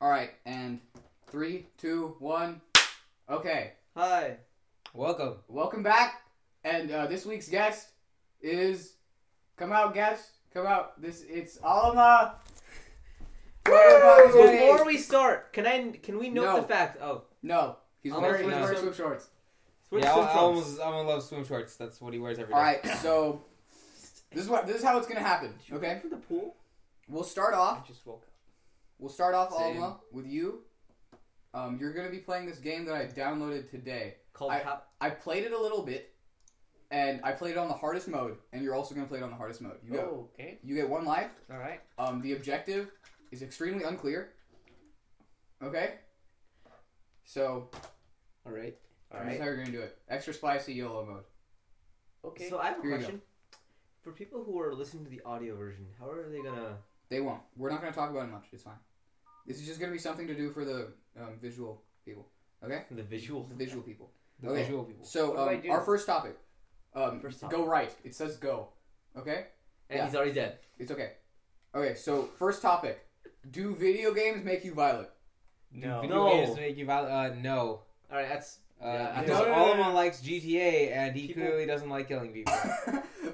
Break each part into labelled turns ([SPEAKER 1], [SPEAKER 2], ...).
[SPEAKER 1] All right, and three, two, one. Okay,
[SPEAKER 2] Hi.
[SPEAKER 3] Welcome.
[SPEAKER 1] welcome back. And uh, this week's guest is come out, guest, come out. This it's Alma.
[SPEAKER 3] Woo!
[SPEAKER 1] Woo!
[SPEAKER 2] Before we start, can I can we note
[SPEAKER 1] No.
[SPEAKER 2] the fact? Oh,
[SPEAKER 1] No, he's
[SPEAKER 2] Alma's
[SPEAKER 1] wearing, he's
[SPEAKER 3] wearing
[SPEAKER 1] wearing
[SPEAKER 2] some-
[SPEAKER 1] swim shorts.
[SPEAKER 2] switch
[SPEAKER 3] yeah,
[SPEAKER 2] to
[SPEAKER 3] I, I
[SPEAKER 2] frogs.
[SPEAKER 3] almost I'm in love with swim shorts. That's what he wears every day.
[SPEAKER 1] All right, so this is what this is how it's gonna happen.
[SPEAKER 2] Did you
[SPEAKER 1] Okay,
[SPEAKER 2] come From the pool.
[SPEAKER 1] we'll start
[SPEAKER 2] I
[SPEAKER 1] off.
[SPEAKER 2] just woke up.
[SPEAKER 1] We'll start off
[SPEAKER 3] Same.
[SPEAKER 1] Alma with you. Um, you're gonna be playing this game that I downloaded today.
[SPEAKER 2] Called
[SPEAKER 1] I-
[SPEAKER 2] Pop-
[SPEAKER 1] I played it a little bit, and I played it on the hardest mode. And you're also gonna play it on the hardest mode. You go.
[SPEAKER 2] Oh, okay.
[SPEAKER 1] You get one life.
[SPEAKER 2] All right.
[SPEAKER 1] Um, the objective is extremely unclear. Okay. So
[SPEAKER 2] All right. All
[SPEAKER 1] this is how you're gonna do it. Extra spicy YOLO mode.
[SPEAKER 2] Okay. So I have a
[SPEAKER 1] Here you go.
[SPEAKER 2] question. For people who are listening to the audio version, how are they gonna?
[SPEAKER 1] They won't. We're not gonna talk about it much. It's fine. This is just gonna be something to do for the um, visual people. Okay.
[SPEAKER 2] The visual.
[SPEAKER 1] The visual people.
[SPEAKER 3] The
[SPEAKER 1] Okay.
[SPEAKER 3] visual people.
[SPEAKER 1] So
[SPEAKER 2] What do I
[SPEAKER 1] um,
[SPEAKER 2] do?
[SPEAKER 1] our first topic. Um,
[SPEAKER 2] First
[SPEAKER 1] Go
[SPEAKER 2] topic.
[SPEAKER 1] right. It says go. Okay.
[SPEAKER 2] And
[SPEAKER 1] Yeah.
[SPEAKER 2] he's already dead.
[SPEAKER 1] It's okay. Okay. So first topic. Do video games make you violent?
[SPEAKER 3] Do
[SPEAKER 4] No.
[SPEAKER 3] Video
[SPEAKER 2] No.
[SPEAKER 3] games make you val- uh, no.
[SPEAKER 2] All right. That's.
[SPEAKER 3] Uh,
[SPEAKER 2] Yeah, I
[SPEAKER 3] because
[SPEAKER 1] don't-
[SPEAKER 3] Alma likes GTA and he
[SPEAKER 2] People-
[SPEAKER 3] clearly doesn't like killing people.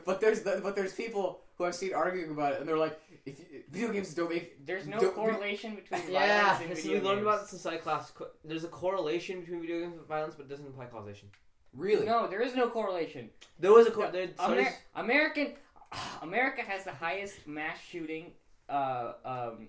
[SPEAKER 1] but there's but there's people who I've seen arguing about it, and they're like, if you, video games don't make
[SPEAKER 4] There's no
[SPEAKER 1] Don't-
[SPEAKER 4] correlation between violence
[SPEAKER 2] Yeah.
[SPEAKER 4] and
[SPEAKER 2] This we
[SPEAKER 4] video
[SPEAKER 2] learned about
[SPEAKER 4] games.
[SPEAKER 2] this in sci class. Co- There's a correlation between video games and violence, but it doesn't imply causation.
[SPEAKER 1] really.
[SPEAKER 4] No, there is no correlation.
[SPEAKER 2] There was a cor- there,
[SPEAKER 4] Amer-
[SPEAKER 2] studies-
[SPEAKER 4] American America has the highest mass shooting. Uh, um,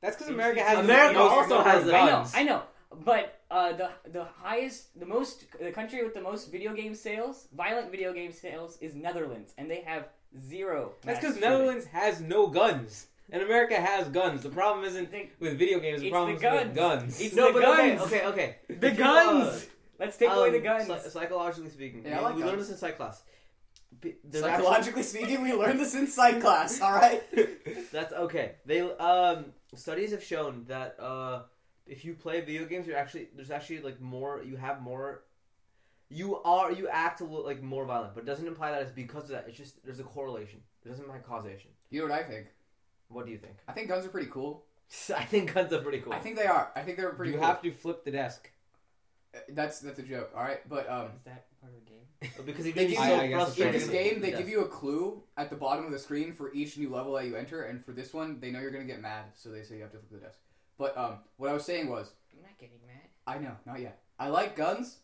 [SPEAKER 3] That's because America has the
[SPEAKER 2] America
[SPEAKER 3] most
[SPEAKER 2] also
[SPEAKER 3] number
[SPEAKER 2] has
[SPEAKER 3] of
[SPEAKER 2] it.
[SPEAKER 4] I know,
[SPEAKER 3] guns.
[SPEAKER 4] I know, but uh, the the highest, the most, the country with the most video game sales, violent video game sales, is Netherlands, and they have zero.
[SPEAKER 3] That's
[SPEAKER 4] mass
[SPEAKER 3] because
[SPEAKER 4] shooting.
[SPEAKER 3] Netherlands has no guns and America has guns. The problem isn't
[SPEAKER 4] They-
[SPEAKER 3] with video games. The
[SPEAKER 4] It's
[SPEAKER 3] problem
[SPEAKER 4] the
[SPEAKER 3] is with guns.
[SPEAKER 4] It's
[SPEAKER 2] no,
[SPEAKER 4] the
[SPEAKER 2] but
[SPEAKER 4] guns.
[SPEAKER 2] okay, okay, okay.
[SPEAKER 4] The
[SPEAKER 2] If you, uh,
[SPEAKER 4] guns. Let's take away the
[SPEAKER 2] Um,
[SPEAKER 4] guns.
[SPEAKER 2] psy- psychologically speaking,
[SPEAKER 1] Yeah, I
[SPEAKER 2] we-
[SPEAKER 1] like
[SPEAKER 2] we learned
[SPEAKER 1] guns.
[SPEAKER 2] this in psych class. B- there's actually-
[SPEAKER 1] Psychologically speaking, we learned this in psych class. All right.
[SPEAKER 2] that's okay. They um studies have shown that uh if you play video games, you're actually there's actually like more you have more. You are you act a little like more violent, but it doesn't imply that it's because of that. It's just there's a correlation. It doesn't imply causation.
[SPEAKER 1] You know what I think?
[SPEAKER 2] What do you think?
[SPEAKER 1] I think guns are pretty cool.
[SPEAKER 2] I think guns are pretty cool.
[SPEAKER 1] I think they are. I think they're pretty.
[SPEAKER 3] you
[SPEAKER 1] cool.
[SPEAKER 3] have to flip the desk.
[SPEAKER 1] Uh, That's that's a joke. All right, but um,
[SPEAKER 4] is that part of the game?
[SPEAKER 2] because it
[SPEAKER 1] They
[SPEAKER 2] gets you
[SPEAKER 1] give
[SPEAKER 2] so
[SPEAKER 1] you- I-
[SPEAKER 3] I guess it's
[SPEAKER 2] frustrated.
[SPEAKER 1] in this
[SPEAKER 3] Yeah.
[SPEAKER 1] game they
[SPEAKER 2] Yeah.
[SPEAKER 1] give you a clue at the bottom of the screen for each new level that you enter, and for this one they know you're gonna get mad, so they say you have to flip the desk. But um, what I was saying was,
[SPEAKER 4] I'm not getting mad.
[SPEAKER 1] I know, not yet. I like guns,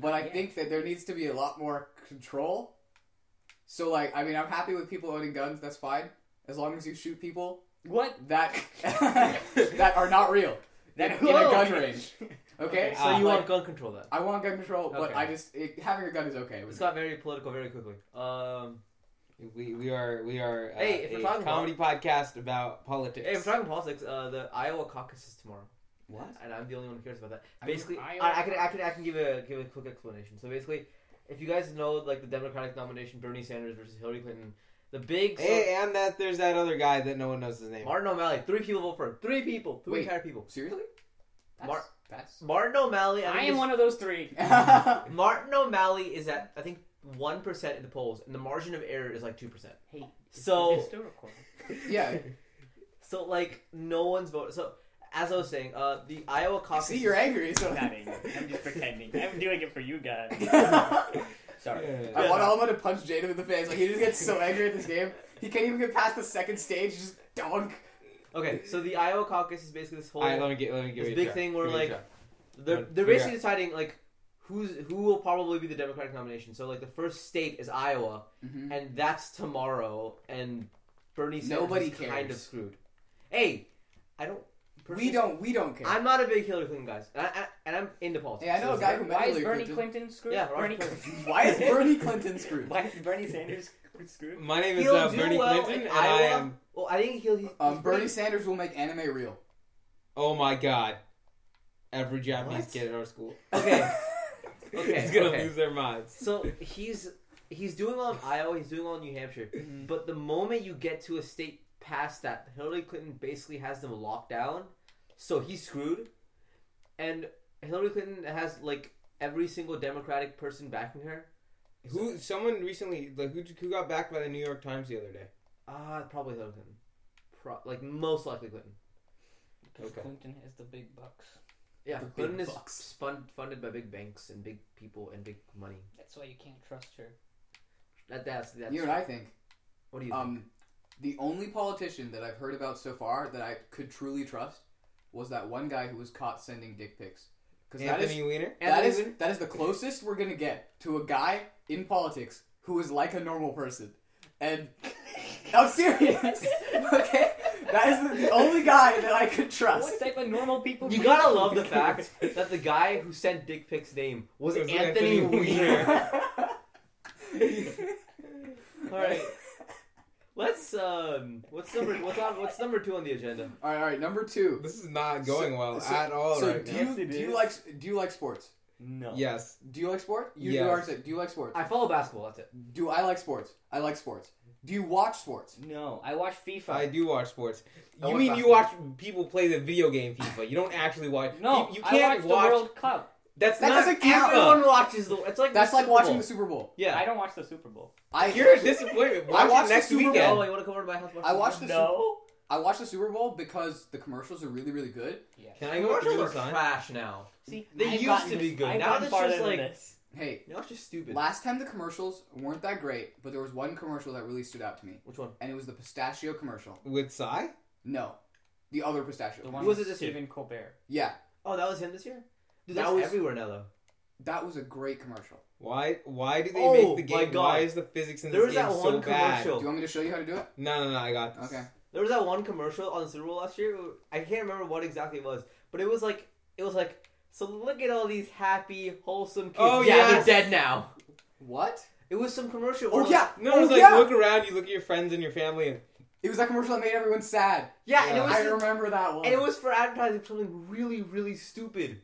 [SPEAKER 1] but I
[SPEAKER 4] Yeah.
[SPEAKER 1] think that there needs to be a lot more control. So, like, I mean, I'm happy with people owning guns. That's fine, as long as you shoot people
[SPEAKER 4] what
[SPEAKER 1] that that are not real that in a
[SPEAKER 4] Whoa.
[SPEAKER 1] gun range. Okay,
[SPEAKER 4] Okay,
[SPEAKER 2] So
[SPEAKER 3] Ah.
[SPEAKER 2] you
[SPEAKER 1] Uh, like,
[SPEAKER 2] want gun control then?
[SPEAKER 1] I want gun control, but
[SPEAKER 2] Okay.
[SPEAKER 1] I just it, having a gun is okay.
[SPEAKER 2] This got very political very quickly. Um,
[SPEAKER 3] We, we are we are uh,
[SPEAKER 2] Hey, if we're
[SPEAKER 3] a
[SPEAKER 2] talking
[SPEAKER 3] comedy podcast about politics.
[SPEAKER 2] hey, if we're talking politics, uh, the Iowa caucus is tomorrow.
[SPEAKER 1] What?
[SPEAKER 2] And I'm the only one who cares about that.
[SPEAKER 1] I mean,
[SPEAKER 2] Basically, I,
[SPEAKER 4] Iowa-
[SPEAKER 2] I, can I can I can give a give a quick explanation. So basically, if you guys know like the Democratic nomination, Bernie Sanders versus Hillary Clinton, the big so-
[SPEAKER 3] Hey, and that there's that other guy that no one knows his name.
[SPEAKER 2] Martin O'Malley, three people vote for him. Three people, three
[SPEAKER 1] Wait.
[SPEAKER 2] entire people.
[SPEAKER 1] seriously, that's,
[SPEAKER 2] Mar-
[SPEAKER 1] that's...
[SPEAKER 2] Martin O'Malley. I,
[SPEAKER 4] I
[SPEAKER 2] think
[SPEAKER 4] am
[SPEAKER 2] is-
[SPEAKER 4] one of those three.
[SPEAKER 2] Martin O'Malley is at I think one percent in the polls, and the margin of error is like two percent.
[SPEAKER 4] Hey,
[SPEAKER 2] So-
[SPEAKER 4] it's still recording.
[SPEAKER 1] yeah.
[SPEAKER 2] So like no one's voted. So as I was saying, uh, the Iowa caucus.
[SPEAKER 1] See, you're
[SPEAKER 2] is-
[SPEAKER 1] angry. So
[SPEAKER 4] I'm not angry. I'm just pretending. I'm doing it for you guys. Sorry.
[SPEAKER 3] Yeah.
[SPEAKER 1] I want Alma to punch Jaden in the face. Like he just gets so angry at this game, he can't even get past the second stage. Just dunk.
[SPEAKER 2] Okay, so the Iowa caucus is basically this whole.
[SPEAKER 3] All right, let me get let me give
[SPEAKER 2] This
[SPEAKER 3] you a
[SPEAKER 2] big
[SPEAKER 3] shot.
[SPEAKER 2] thing where,
[SPEAKER 3] Give me a
[SPEAKER 2] like,
[SPEAKER 3] shot.
[SPEAKER 2] They're,
[SPEAKER 3] But
[SPEAKER 2] they're
[SPEAKER 3] we
[SPEAKER 2] basically deciding like who's who will probably be the Democratic nomination. So like the first state is Iowa,
[SPEAKER 1] Mhm.
[SPEAKER 2] and that's tomorrow. And Bernie Sanders
[SPEAKER 1] Nobody
[SPEAKER 2] is kind
[SPEAKER 1] cares.
[SPEAKER 2] of screwed. Hey, I don't.
[SPEAKER 1] We don't. We don't care.
[SPEAKER 2] I'm not a big Hillary Clinton guy, and, I, I, and I'm into politics.
[SPEAKER 1] Yeah, I know a
[SPEAKER 2] so-
[SPEAKER 1] guy who met
[SPEAKER 4] Why is
[SPEAKER 1] Hillary
[SPEAKER 4] Bernie
[SPEAKER 1] Clinton.
[SPEAKER 4] Clinton screwed?
[SPEAKER 2] Yeah,
[SPEAKER 4] Bernie
[SPEAKER 2] Bernie Clinton.
[SPEAKER 1] Why is Bernie Clinton screwed?
[SPEAKER 4] Why is Bernie Sanders screwed?
[SPEAKER 3] my name is
[SPEAKER 2] He'll
[SPEAKER 3] uh,
[SPEAKER 2] do
[SPEAKER 3] Bernie
[SPEAKER 2] well
[SPEAKER 3] Clinton,
[SPEAKER 2] in
[SPEAKER 3] and I
[SPEAKER 2] Iowa.
[SPEAKER 3] am.
[SPEAKER 2] Well, I think he'll. He's,
[SPEAKER 1] Um,
[SPEAKER 2] he's
[SPEAKER 1] Bernie
[SPEAKER 2] pretty-
[SPEAKER 1] Sanders will make anime real.
[SPEAKER 3] Oh my god! Every Japanese
[SPEAKER 2] What?
[SPEAKER 3] kid at our school
[SPEAKER 2] Okay. Okay,
[SPEAKER 3] is gonna
[SPEAKER 2] okay.
[SPEAKER 3] lose their minds.
[SPEAKER 2] So he's he's doing well in Iowa. He's doing well in New Hampshire.
[SPEAKER 1] Mm-hmm.
[SPEAKER 2] But the moment you get to a state past that, Hillary Clinton basically has them locked down. So he's screwed. And Hillary Clinton has like every single Democratic person backing her.
[SPEAKER 3] Who? Someone recently, like, who, who got backed by the New York Times the other day?
[SPEAKER 2] uh, Ah, probably Hillary Clinton. Pro- like most likely Clinton.
[SPEAKER 4] Because
[SPEAKER 3] Okay.
[SPEAKER 4] Clinton has the big bucks.
[SPEAKER 2] Yeah,
[SPEAKER 1] The big
[SPEAKER 2] Clinton is
[SPEAKER 1] bucks.
[SPEAKER 2] fund, funded by big banks and big people and big money.
[SPEAKER 4] That's why you can't trust her.
[SPEAKER 2] That, that's that's.
[SPEAKER 1] You know what I think?
[SPEAKER 2] what do you think?
[SPEAKER 1] Um, the only politician that I've heard about so far that I could truly trust was that one guy who was caught sending dick pics. Because that is
[SPEAKER 3] Anthony Weiner.
[SPEAKER 1] that
[SPEAKER 2] Anthony
[SPEAKER 1] is
[SPEAKER 2] Weiner?
[SPEAKER 1] that is the closest we're gonna get to a guy in politics who is like a normal person. And I'm serious. okay, that is the, the only guy that I could
[SPEAKER 4] What
[SPEAKER 1] trust.
[SPEAKER 4] type of normal people?
[SPEAKER 2] You
[SPEAKER 4] do
[SPEAKER 2] gotta love the fact that the guy who sent dick pics name was,
[SPEAKER 3] It was
[SPEAKER 2] Anthony,
[SPEAKER 3] Anthony
[SPEAKER 2] Weiner. All
[SPEAKER 1] All
[SPEAKER 2] right, let's um, what's number what's on what's number two on the agenda?
[SPEAKER 1] All right, all right. Number two.
[SPEAKER 3] This is not going well
[SPEAKER 1] So-
[SPEAKER 3] at all
[SPEAKER 1] so
[SPEAKER 3] Oh, right
[SPEAKER 1] do
[SPEAKER 3] now.
[SPEAKER 4] Yes,
[SPEAKER 1] you
[SPEAKER 4] it
[SPEAKER 1] do you
[SPEAKER 4] is.
[SPEAKER 1] like do you like sports?
[SPEAKER 4] No.
[SPEAKER 3] Yes.
[SPEAKER 1] Do you like sport? You
[SPEAKER 3] Yes.
[SPEAKER 1] do are do you like sports?
[SPEAKER 2] I follow basketball. That's it.
[SPEAKER 1] Do I like sports? I like sports. Do you watch sports?
[SPEAKER 4] No. I watch FIFA.
[SPEAKER 3] I do watch sports.
[SPEAKER 2] I
[SPEAKER 3] You
[SPEAKER 2] watch
[SPEAKER 3] mean you watch people play the video game FIFA? You don't actually watch.
[SPEAKER 4] no.
[SPEAKER 3] you, you
[SPEAKER 4] I
[SPEAKER 3] can't
[SPEAKER 4] watch,
[SPEAKER 3] watch.
[SPEAKER 4] the World Cup.
[SPEAKER 3] That's
[SPEAKER 1] That
[SPEAKER 3] not
[SPEAKER 1] doesn't count.
[SPEAKER 3] FIFA.
[SPEAKER 2] Everyone watches the. It's like
[SPEAKER 1] That's
[SPEAKER 2] the
[SPEAKER 1] like
[SPEAKER 2] Super
[SPEAKER 1] watching
[SPEAKER 2] Bowl.
[SPEAKER 1] the Super Bowl.
[SPEAKER 4] I
[SPEAKER 3] Yeah,
[SPEAKER 4] don't watch the Super Bowl.
[SPEAKER 1] I
[SPEAKER 3] you're a disappointment. Watch
[SPEAKER 1] I watched
[SPEAKER 3] it
[SPEAKER 1] the
[SPEAKER 3] next
[SPEAKER 1] Super Bowl.
[SPEAKER 3] weekend.
[SPEAKER 2] Oh, you want to come over to my house?
[SPEAKER 1] I watched the Super-
[SPEAKER 4] No.
[SPEAKER 1] I watch the Super Bowl because the commercials are really really good.
[SPEAKER 4] Yeah.
[SPEAKER 3] Can I go to
[SPEAKER 2] Commercials
[SPEAKER 3] the
[SPEAKER 2] are
[SPEAKER 3] sign?
[SPEAKER 2] trash now.
[SPEAKER 4] See,
[SPEAKER 2] They
[SPEAKER 4] I've
[SPEAKER 2] used
[SPEAKER 4] gotten
[SPEAKER 2] to
[SPEAKER 4] this-
[SPEAKER 2] be good.
[SPEAKER 4] I've
[SPEAKER 2] Now
[SPEAKER 4] gotten
[SPEAKER 2] it's just
[SPEAKER 4] farther than
[SPEAKER 2] like-
[SPEAKER 4] this.
[SPEAKER 1] Hey,
[SPEAKER 2] Y'all just stupid.
[SPEAKER 1] last time the commercials weren't that great, but there was one commercial that really stood out to me,
[SPEAKER 2] Which one?
[SPEAKER 1] and it was the pistachio commercial.
[SPEAKER 3] With Psy?
[SPEAKER 1] No, the other pistachio.
[SPEAKER 4] The
[SPEAKER 1] commercial.
[SPEAKER 4] one
[SPEAKER 2] Who was
[SPEAKER 4] with
[SPEAKER 2] it this year?
[SPEAKER 4] Stephen Colbert.
[SPEAKER 1] Yeah,
[SPEAKER 2] Oh, that was him this year. Dude,
[SPEAKER 1] That
[SPEAKER 2] that's
[SPEAKER 1] was-
[SPEAKER 2] everywhere now though.
[SPEAKER 1] that was a great commercial.
[SPEAKER 3] Why? Why do they
[SPEAKER 2] Oh,
[SPEAKER 3] make the
[SPEAKER 2] my
[SPEAKER 3] game?
[SPEAKER 2] God.
[SPEAKER 3] Why is the physics in
[SPEAKER 2] There
[SPEAKER 3] this
[SPEAKER 2] was
[SPEAKER 3] game
[SPEAKER 2] that
[SPEAKER 3] so
[SPEAKER 2] one
[SPEAKER 3] bad?
[SPEAKER 1] Do you
[SPEAKER 2] commercial.
[SPEAKER 1] want me to show you how to do it?
[SPEAKER 3] No, no, no. I got this.
[SPEAKER 1] Okay.
[SPEAKER 2] There was that one commercial on the Super Bowl last year. I can't remember what exactly it was, but it was like it was like. So look at all these happy, wholesome kids.
[SPEAKER 3] Oh,
[SPEAKER 2] yeah,
[SPEAKER 3] yes.
[SPEAKER 2] they're dead now.
[SPEAKER 1] What?
[SPEAKER 2] It was some commercial. where
[SPEAKER 1] Oh
[SPEAKER 2] it was-
[SPEAKER 1] yeah.
[SPEAKER 3] No,
[SPEAKER 1] oh,
[SPEAKER 3] it's like
[SPEAKER 1] yeah.
[SPEAKER 3] look around. You look at your friends and your family, and
[SPEAKER 1] It was that commercial that made everyone sad.
[SPEAKER 2] yeah. And it
[SPEAKER 3] Yeah.
[SPEAKER 2] was
[SPEAKER 1] I remember that one.
[SPEAKER 2] and it was for advertising for something really, really stupid.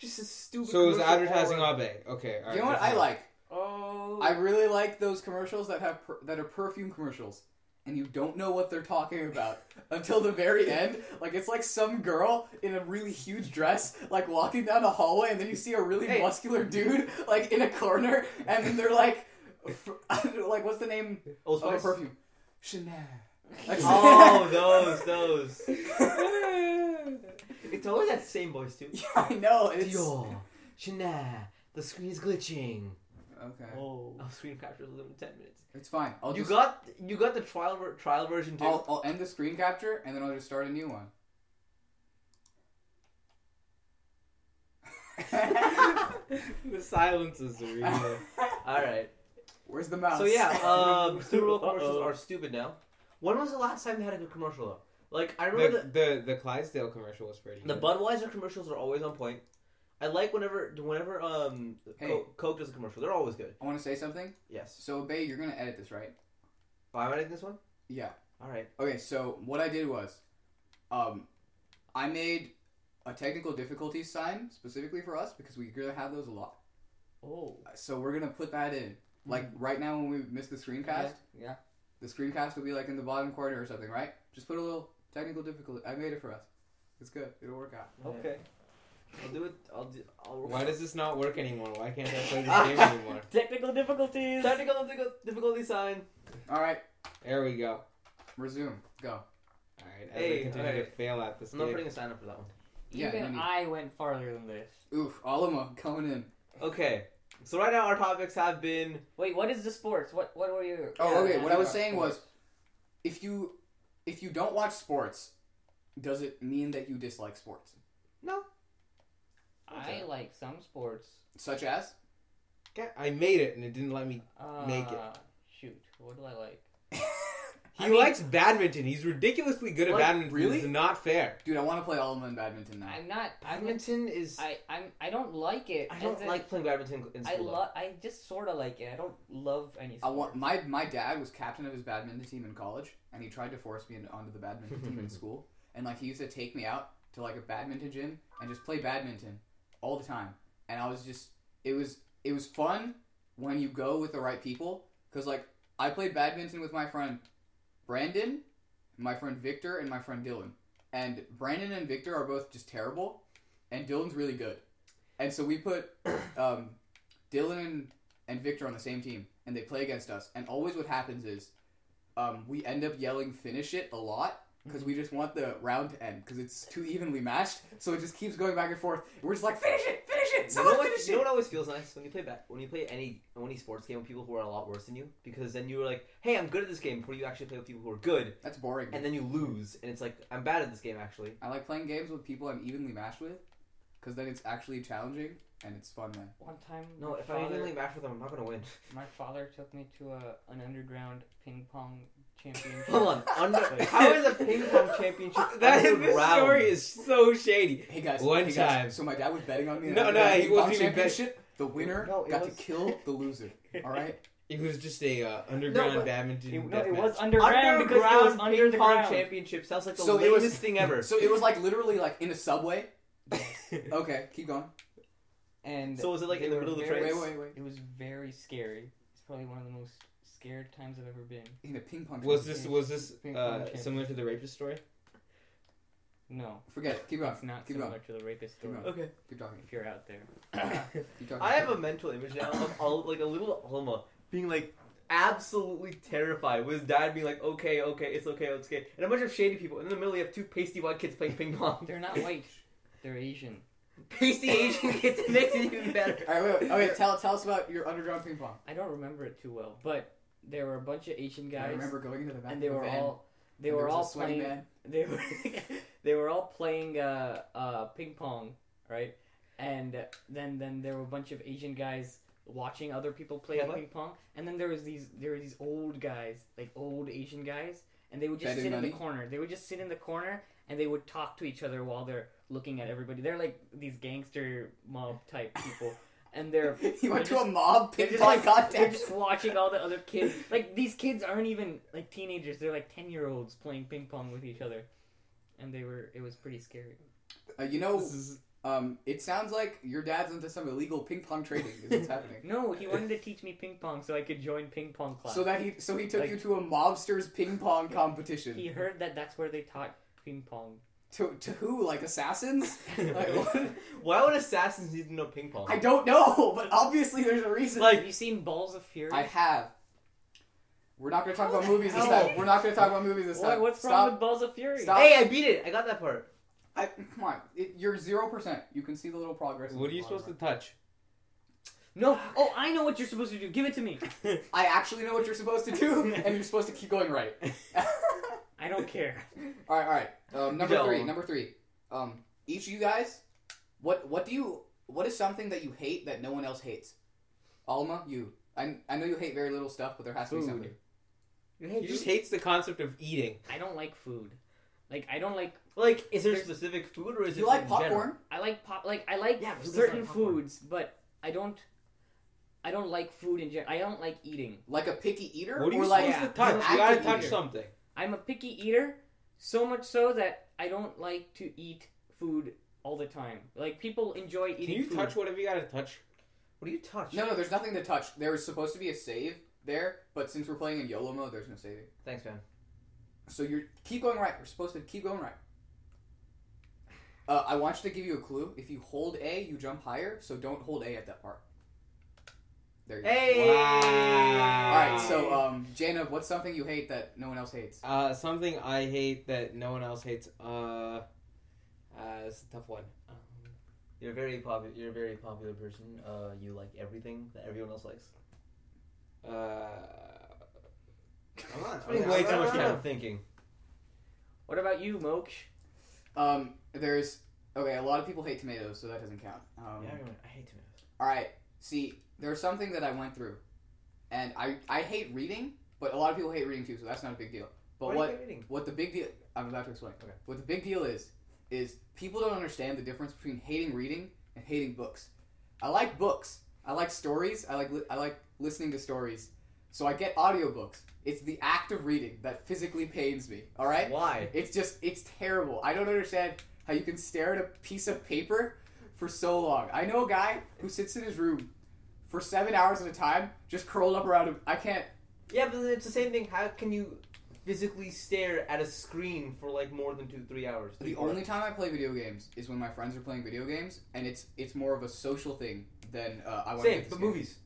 [SPEAKER 2] Just a stupid.
[SPEAKER 3] so it was
[SPEAKER 2] commercial all
[SPEAKER 3] advertising
[SPEAKER 2] around.
[SPEAKER 3] all day. Okay. All right,
[SPEAKER 1] you know what
[SPEAKER 3] that's
[SPEAKER 1] I
[SPEAKER 3] fine.
[SPEAKER 1] like?
[SPEAKER 4] Oh.
[SPEAKER 1] I really like those commercials that have per- that are perfume commercials, and you don't know what they're talking about until the very end. Like it's like some girl in a really huge dress, like walking down a hallway, and then you see a really
[SPEAKER 2] Hey.
[SPEAKER 1] muscular dude like in a corner, and then they're like, like what's the name
[SPEAKER 2] Old
[SPEAKER 1] of a
[SPEAKER 2] Spice.
[SPEAKER 1] perfume? Chanel. Like-
[SPEAKER 2] Oh, those, those. It's always that same voice too.
[SPEAKER 1] Yeah, I know. It's
[SPEAKER 2] Dior, Chanel. The screen is glitching.
[SPEAKER 1] okay.
[SPEAKER 4] Oh.
[SPEAKER 2] Oh, screen capture is limited to ten minutes.
[SPEAKER 1] It's fine. I'll
[SPEAKER 2] you
[SPEAKER 1] just
[SPEAKER 2] got you got the trial ver- trial version too.
[SPEAKER 1] I'll, I'll end the screen capture and then I'll just start a new one.
[SPEAKER 3] the silence is real.
[SPEAKER 2] All right.
[SPEAKER 1] Where's the mouse?
[SPEAKER 2] So yeah, um, Super Bowl commercials
[SPEAKER 4] Uh-oh.
[SPEAKER 2] are stupid now. When was the last time they had a good commercial though? Like I remember
[SPEAKER 3] the, the the Clydesdale commercial was pretty.
[SPEAKER 2] the, the
[SPEAKER 3] good.
[SPEAKER 2] Budweiser commercials are always on point. I like whenever whenever um
[SPEAKER 1] Hey.
[SPEAKER 2] Co- Coke does a commercial, they're always good.
[SPEAKER 1] I want to say something.
[SPEAKER 2] Yes.
[SPEAKER 1] So, Bay, you're gonna edit this, right?
[SPEAKER 2] Oh, I'm adding this one.
[SPEAKER 1] Yeah.
[SPEAKER 2] All right.
[SPEAKER 1] Okay. So what I did was, um, I made a technical difficulty sign specifically for us because we're gonna have those a lot.
[SPEAKER 4] Oh.
[SPEAKER 1] So we're gonna put that in. Like right now when we miss the screencast,
[SPEAKER 4] Hmm. Yeah.
[SPEAKER 1] the screencast will be like in the bottom corner or something, right? Just put a little technical difficulty. I made it for us. It's good. It'll work out.
[SPEAKER 4] Okay.
[SPEAKER 2] I'll do it. I'll do. I'll work.
[SPEAKER 3] Why does this not work anymore? Why can't I play this game anymore?
[SPEAKER 4] Technical difficulties.
[SPEAKER 2] Technical difficul- difficulty sign.
[SPEAKER 1] All right.
[SPEAKER 3] There we go.
[SPEAKER 1] Resume. Go.
[SPEAKER 3] All right. As
[SPEAKER 2] Hey,
[SPEAKER 3] I continue
[SPEAKER 2] all
[SPEAKER 3] to
[SPEAKER 2] right.
[SPEAKER 3] fail at this
[SPEAKER 2] I'm not
[SPEAKER 3] game.
[SPEAKER 2] putting a sign up for that one.
[SPEAKER 1] Yeah,
[SPEAKER 4] Even
[SPEAKER 1] no need.
[SPEAKER 4] I went farther than this.
[SPEAKER 1] Oof. Alamo coming in.
[SPEAKER 2] Okay. So right now our topics have been
[SPEAKER 4] Wait, what is the sports? What what were you?
[SPEAKER 1] Oh,
[SPEAKER 4] Yeah,
[SPEAKER 1] okay.
[SPEAKER 4] yeah.
[SPEAKER 1] What I was saying was, if you if you don't watch sports, does it mean that you dislike sports?
[SPEAKER 4] I like some sports.
[SPEAKER 1] Such as
[SPEAKER 3] God, I made it and it didn't let me.
[SPEAKER 4] Uh,
[SPEAKER 3] Make it.
[SPEAKER 4] Shoot, what do I like?
[SPEAKER 3] He
[SPEAKER 4] I mean-
[SPEAKER 3] likes badminton. He's ridiculously good at
[SPEAKER 2] Like,
[SPEAKER 3] badminton.
[SPEAKER 1] really?
[SPEAKER 3] It's not fair.
[SPEAKER 1] dude, I want to play Alamo in badminton now.
[SPEAKER 4] I'm not. I'm. not-
[SPEAKER 2] badminton is. I,
[SPEAKER 4] I I'm. I don't like it. as
[SPEAKER 2] don't
[SPEAKER 4] in-
[SPEAKER 2] like playing badminton in
[SPEAKER 4] I
[SPEAKER 2] school. though.
[SPEAKER 4] love. I just sort of like it. I don't love any.
[SPEAKER 1] I
[SPEAKER 4] Sport.
[SPEAKER 1] want my my dad was captain of his badminton team in college, and he tried to force me in, onto the badminton team in school. And like he used to take me out to like a badminton gym and just play badminton all the time. And I was just it was it was fun when you go with the right people because like I played badminton with my friend Brandon, my friend Victor, and my friend Dylan. And Brandon and Victor are both just terrible, and Dylan's really good. And so we put um, Dylan and and Victor on the same team, and they play against us. And always what happens is um, we end up yelling "finish it" a lot, because we just want the round to end because it's too evenly matched. So it just keeps going back and forth. And we're just like, finish it, finish it,
[SPEAKER 2] You know,
[SPEAKER 1] someone
[SPEAKER 2] what,
[SPEAKER 1] finish
[SPEAKER 2] you know
[SPEAKER 1] it.
[SPEAKER 2] what always feels nice when you play bat, when you play any any sports game with people who are a lot worse than you because then you're like, hey, I'm good at this game before you actually play with people who are good,
[SPEAKER 1] That's boring.
[SPEAKER 2] and then you lose, and it's like I'm bad at this game actually.
[SPEAKER 1] I like playing games with people I'm evenly matched with because then it's actually challenging and it's fun then.
[SPEAKER 5] One time,
[SPEAKER 2] No,
[SPEAKER 5] my
[SPEAKER 2] if I
[SPEAKER 5] father,
[SPEAKER 2] evenly match with them, I'm not gonna win.
[SPEAKER 5] my father took me to a, an underground ping pong championship.
[SPEAKER 2] Hold on, under,
[SPEAKER 5] Like,
[SPEAKER 2] how is a ping pong championship
[SPEAKER 3] That
[SPEAKER 2] under
[SPEAKER 3] this
[SPEAKER 2] round?
[SPEAKER 3] story is so shady.
[SPEAKER 1] Hey guys,
[SPEAKER 3] One
[SPEAKER 1] hey guys,
[SPEAKER 3] time.
[SPEAKER 1] So my dad was betting on me.
[SPEAKER 3] No,
[SPEAKER 1] and
[SPEAKER 3] no,
[SPEAKER 1] I won the
[SPEAKER 3] he
[SPEAKER 1] ping pong
[SPEAKER 3] wasn't even bet-
[SPEAKER 1] championship. The winner
[SPEAKER 2] No, it
[SPEAKER 1] got
[SPEAKER 2] was-
[SPEAKER 1] to kill the loser. All right.
[SPEAKER 3] It was just a uh, underground
[SPEAKER 2] No, but-
[SPEAKER 3] badminton.
[SPEAKER 5] It, no,
[SPEAKER 3] death
[SPEAKER 5] it
[SPEAKER 3] match.
[SPEAKER 5] was underground, because it was
[SPEAKER 2] ping
[SPEAKER 5] under the
[SPEAKER 2] pong
[SPEAKER 5] ground.
[SPEAKER 2] championship sounds like the
[SPEAKER 1] So it was-
[SPEAKER 2] latest thing ever.
[SPEAKER 1] So it was like literally like in a subway. Okay, keep going.
[SPEAKER 5] And
[SPEAKER 2] So was it, like,
[SPEAKER 5] they
[SPEAKER 2] in the
[SPEAKER 5] were
[SPEAKER 2] middle of the
[SPEAKER 5] very-
[SPEAKER 1] Wait,
[SPEAKER 2] trains?
[SPEAKER 1] wait, wait.
[SPEAKER 5] It was very scary. It's probably one of the most scared times I've ever been.
[SPEAKER 1] In a ping pong.
[SPEAKER 3] Was
[SPEAKER 1] championship.
[SPEAKER 3] this was this
[SPEAKER 5] Ping pong
[SPEAKER 3] uh,
[SPEAKER 5] champion.
[SPEAKER 3] similar to the rapist story?
[SPEAKER 5] No,
[SPEAKER 1] Forget it. Keep going.
[SPEAKER 5] it's not
[SPEAKER 1] keep
[SPEAKER 5] similar
[SPEAKER 1] going.
[SPEAKER 5] to the rapist
[SPEAKER 1] Keep
[SPEAKER 5] story.
[SPEAKER 1] going.
[SPEAKER 2] Okay,
[SPEAKER 1] Keep talking.
[SPEAKER 5] If you're out there,
[SPEAKER 1] Keep talking.
[SPEAKER 2] I have a mental image now of all, like a little Alma being like absolutely terrified with his dad being like, okay, okay, it's okay, it's okay, and a bunch of shady people, and in the middle you have two pasty white kids playing ping pong.
[SPEAKER 5] they're not white. They're Asian.
[SPEAKER 2] pasty Asian kids it makes it even better.
[SPEAKER 1] All right, wait, wait, okay, tell tell us about your underground ping pong.
[SPEAKER 5] I don't remember it too well, but there were a bunch of Asian
[SPEAKER 1] I
[SPEAKER 5] guys,
[SPEAKER 1] remember going into the back
[SPEAKER 5] and they
[SPEAKER 1] of the
[SPEAKER 5] were
[SPEAKER 1] van,
[SPEAKER 5] all they
[SPEAKER 1] and there
[SPEAKER 5] were
[SPEAKER 1] was
[SPEAKER 5] all
[SPEAKER 1] a sweaty
[SPEAKER 5] playing.
[SPEAKER 1] man.
[SPEAKER 5] They were they were all playing uh, uh, ping pong, right? And then then there were a bunch of Asian guys watching other people play
[SPEAKER 2] Yeah, what?
[SPEAKER 5] ping pong, and then there was these there were these old guys, like old Asian guys, and they would just
[SPEAKER 1] Betting
[SPEAKER 5] sit in
[SPEAKER 1] money?
[SPEAKER 5] the corner. They would just sit in the corner and they would talk to each other while they're looking at everybody. They're like these gangster mob type people, and they're
[SPEAKER 1] He went
[SPEAKER 5] they're
[SPEAKER 1] to a mob
[SPEAKER 5] they're
[SPEAKER 1] ping
[SPEAKER 5] just
[SPEAKER 1] pong
[SPEAKER 5] like- They're
[SPEAKER 1] contest.
[SPEAKER 5] just watching all the other kids. Like these kids aren't even like teenagers. They're like ten year olds playing ping pong with each other, and they were. It was pretty scary.
[SPEAKER 1] Uh, you know, um, it sounds like your dad's into some illegal ping pong trading. Is what's happening?
[SPEAKER 5] No, he wanted to teach me ping pong so I could join ping pong class.
[SPEAKER 1] So that he so he took
[SPEAKER 5] Like-
[SPEAKER 1] you to a mobster's ping pong competition.
[SPEAKER 5] he heard that that's where they taught ping pong.
[SPEAKER 1] To to who? Like assassins? Like, what?
[SPEAKER 2] Why would assassins need to know ping pong?
[SPEAKER 1] I don't know, but obviously there's a reason.
[SPEAKER 2] Like-
[SPEAKER 5] Have you seen Balls of Fury?
[SPEAKER 1] I have. We're not gonna talk about movies this
[SPEAKER 2] hell?
[SPEAKER 1] time. We're not gonna talk about movies this
[SPEAKER 5] Why-
[SPEAKER 1] time.
[SPEAKER 5] what's
[SPEAKER 1] Stop.
[SPEAKER 5] wrong with Balls of Fury?
[SPEAKER 1] Stop.
[SPEAKER 2] Hey, I beat it. I got that part.
[SPEAKER 1] I, come on, it, you're zero percent. You can see the little progress.
[SPEAKER 3] What are you supposed to touch?
[SPEAKER 5] No. Oh, I know what you're supposed to do. Give it to me.
[SPEAKER 1] I actually know what you're supposed to do, and you're supposed to keep going right. all
[SPEAKER 5] I don't care.
[SPEAKER 1] right, all right. Um, number
[SPEAKER 2] Yo.
[SPEAKER 1] three. Number three. Um, each of you guys, what what do you what is something that you hate that no one else hates? Alma, you. I, I know you hate very little stuff, but there has to be
[SPEAKER 3] Food.
[SPEAKER 1] something.
[SPEAKER 3] He just hates the concept of eating.
[SPEAKER 5] I don't like food. Like I don't like.
[SPEAKER 2] Like, is there specific food or is
[SPEAKER 1] You
[SPEAKER 2] it
[SPEAKER 1] like
[SPEAKER 2] in general?
[SPEAKER 1] popcorn?
[SPEAKER 5] I like pop. Like I like
[SPEAKER 2] Yeah, but who doesn't
[SPEAKER 5] certain
[SPEAKER 2] like popcorn?
[SPEAKER 5] foods, but I don't. I don't like food in general. I don't like eating.
[SPEAKER 1] Like a picky eater?
[SPEAKER 3] What are you
[SPEAKER 1] or like
[SPEAKER 3] supposed
[SPEAKER 5] yeah,
[SPEAKER 3] to touch?
[SPEAKER 1] an
[SPEAKER 3] You gotta
[SPEAKER 1] active
[SPEAKER 3] touch
[SPEAKER 1] eater?
[SPEAKER 3] something.
[SPEAKER 5] I'm a picky eater, so much so that I don't like to eat food all the time. Like people enjoy eating.
[SPEAKER 3] Can you
[SPEAKER 5] food.
[SPEAKER 3] touch whatever you gotta touch?
[SPEAKER 2] What do you touch?
[SPEAKER 1] No, no, there's nothing to touch. There was supposed to be a save there, but since we're playing in YOLO mode, there's no saving.
[SPEAKER 2] Thanks, man.
[SPEAKER 1] So you're keep going right. We're supposed to keep going right. Uh, I want you to give you a clue. If you hold A, you jump higher. So don't hold A at that part. There you go.
[SPEAKER 2] Hey.
[SPEAKER 1] All
[SPEAKER 3] Wow.
[SPEAKER 1] right. So, um, Jana, what's something you hate that no one else hates?
[SPEAKER 3] Uh, something I hate that no one else hates. Uh, uh, it's a tough one. Um,
[SPEAKER 2] You're a very popular. You're a very popular person. Uh, you like everything that everyone else likes.
[SPEAKER 3] Uh, I'm not.
[SPEAKER 2] Spending
[SPEAKER 3] I'm
[SPEAKER 2] way
[SPEAKER 3] not-
[SPEAKER 2] too much
[SPEAKER 3] I'm not-
[SPEAKER 2] time thinking.
[SPEAKER 5] What about you, Moksh?
[SPEAKER 1] Um, there's okay. A lot of people hate tomatoes, so that doesn't count. Um,
[SPEAKER 2] I hate tomatoes.
[SPEAKER 1] All right. See, there's something that I went through, and I I hate reading, but a lot of people hate reading too, so that's not a big deal. But what What the big deal? I'm about to explain.
[SPEAKER 2] Okay.
[SPEAKER 1] What the big deal is is people don't understand the difference between hating reading and hating books. I like books. I like stories. I like li- I like listening to stories. So I get audiobooks. It's the act of reading that physically pains me. All right.
[SPEAKER 2] Why?
[SPEAKER 1] It's just it's terrible. I don't understand how you can stare at a piece of paper for so long. I know a guy who sits in his room for seven hours at a time, just curled up around him. I can't.
[SPEAKER 2] Yeah, but then it's the same thing. How can you physically stare at a screen for like more than two, three hours?
[SPEAKER 1] The only time I play video games is when my friends are playing video games, and it's it's more of a social thing than uh, I want to.
[SPEAKER 2] same, but movies,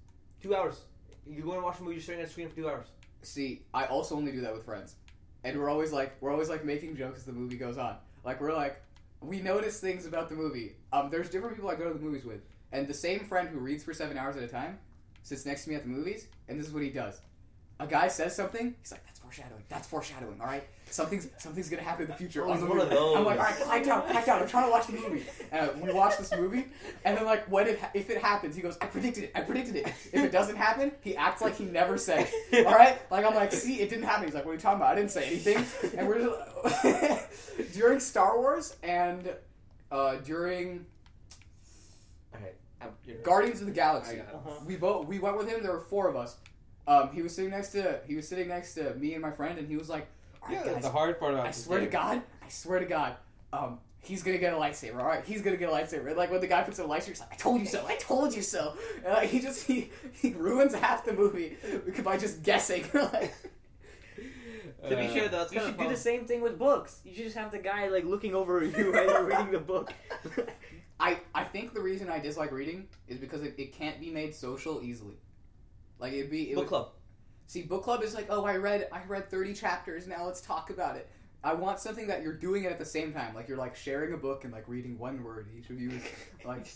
[SPEAKER 2] two hours. You go and watch a movie, you're staring at a screen for two hours.
[SPEAKER 1] See, I also only do that with friends, and we're always like we're always like making jokes as the movie goes on. Like we're like we notice things about the movie. Um, there's different people I go to the movies with, and the same friend who reads for seven hours at a time sits next to me at the movies, and this is what he does. A guy says something, he's like, "That's foreshadowing. That's foreshadowing. All right, something's something's gonna happen in the future."
[SPEAKER 2] Oh,
[SPEAKER 1] on
[SPEAKER 2] he's
[SPEAKER 1] the
[SPEAKER 2] one of
[SPEAKER 1] movie." I'm like, "All
[SPEAKER 2] those.
[SPEAKER 1] right, quiet down, quiet down. I'm trying to watch the movie." Uh, we watch this movie, and then like, what if if it happens? He goes, "I predicted it. I predicted it." If it doesn't happen, he acts like he never said. it. All right, like I'm like, see, it didn't happen. He's like, what are you talking about? I didn't say anything. And we're just during Star Wars and uh, during
[SPEAKER 3] Alright. I'm- you're-
[SPEAKER 1] Guardians of the
[SPEAKER 3] I
[SPEAKER 1] Galaxy,
[SPEAKER 3] got it.
[SPEAKER 2] Uh,
[SPEAKER 4] Uh-huh.
[SPEAKER 1] we both we went with him. There were four of us. Um, he was sitting next to he was sitting next to me and my friend, and he was like, all right,
[SPEAKER 3] Yeah,
[SPEAKER 1] guys,
[SPEAKER 3] the hard part about
[SPEAKER 1] I
[SPEAKER 3] this
[SPEAKER 1] swear to
[SPEAKER 3] game-
[SPEAKER 1] God, I swear to God, um, he's gonna get a lightsaber. All right, he's gonna get a lightsaber. And, like when the guy puts a lightsaber, he's like, "I told you so, I told you so." And, like, he just he, he ruins half the movie by just guessing. Like,
[SPEAKER 2] To be
[SPEAKER 3] Uh,
[SPEAKER 2] sure, though, it's
[SPEAKER 4] You
[SPEAKER 2] kind
[SPEAKER 4] should
[SPEAKER 2] of
[SPEAKER 4] do
[SPEAKER 2] fun.
[SPEAKER 4] the same thing with books. You should just have the guy like looking over you while you're reading the book.
[SPEAKER 1] I I think the reason I dislike reading is because it, it can't be made social easily. Like it'd be it
[SPEAKER 2] book
[SPEAKER 1] would-
[SPEAKER 2] club.
[SPEAKER 1] See, book club is like, oh, I read, I read thirty chapters. Now let's talk about it. I want something that you're doing it at the same time, like you're like sharing a book and like reading one word each of you, is, like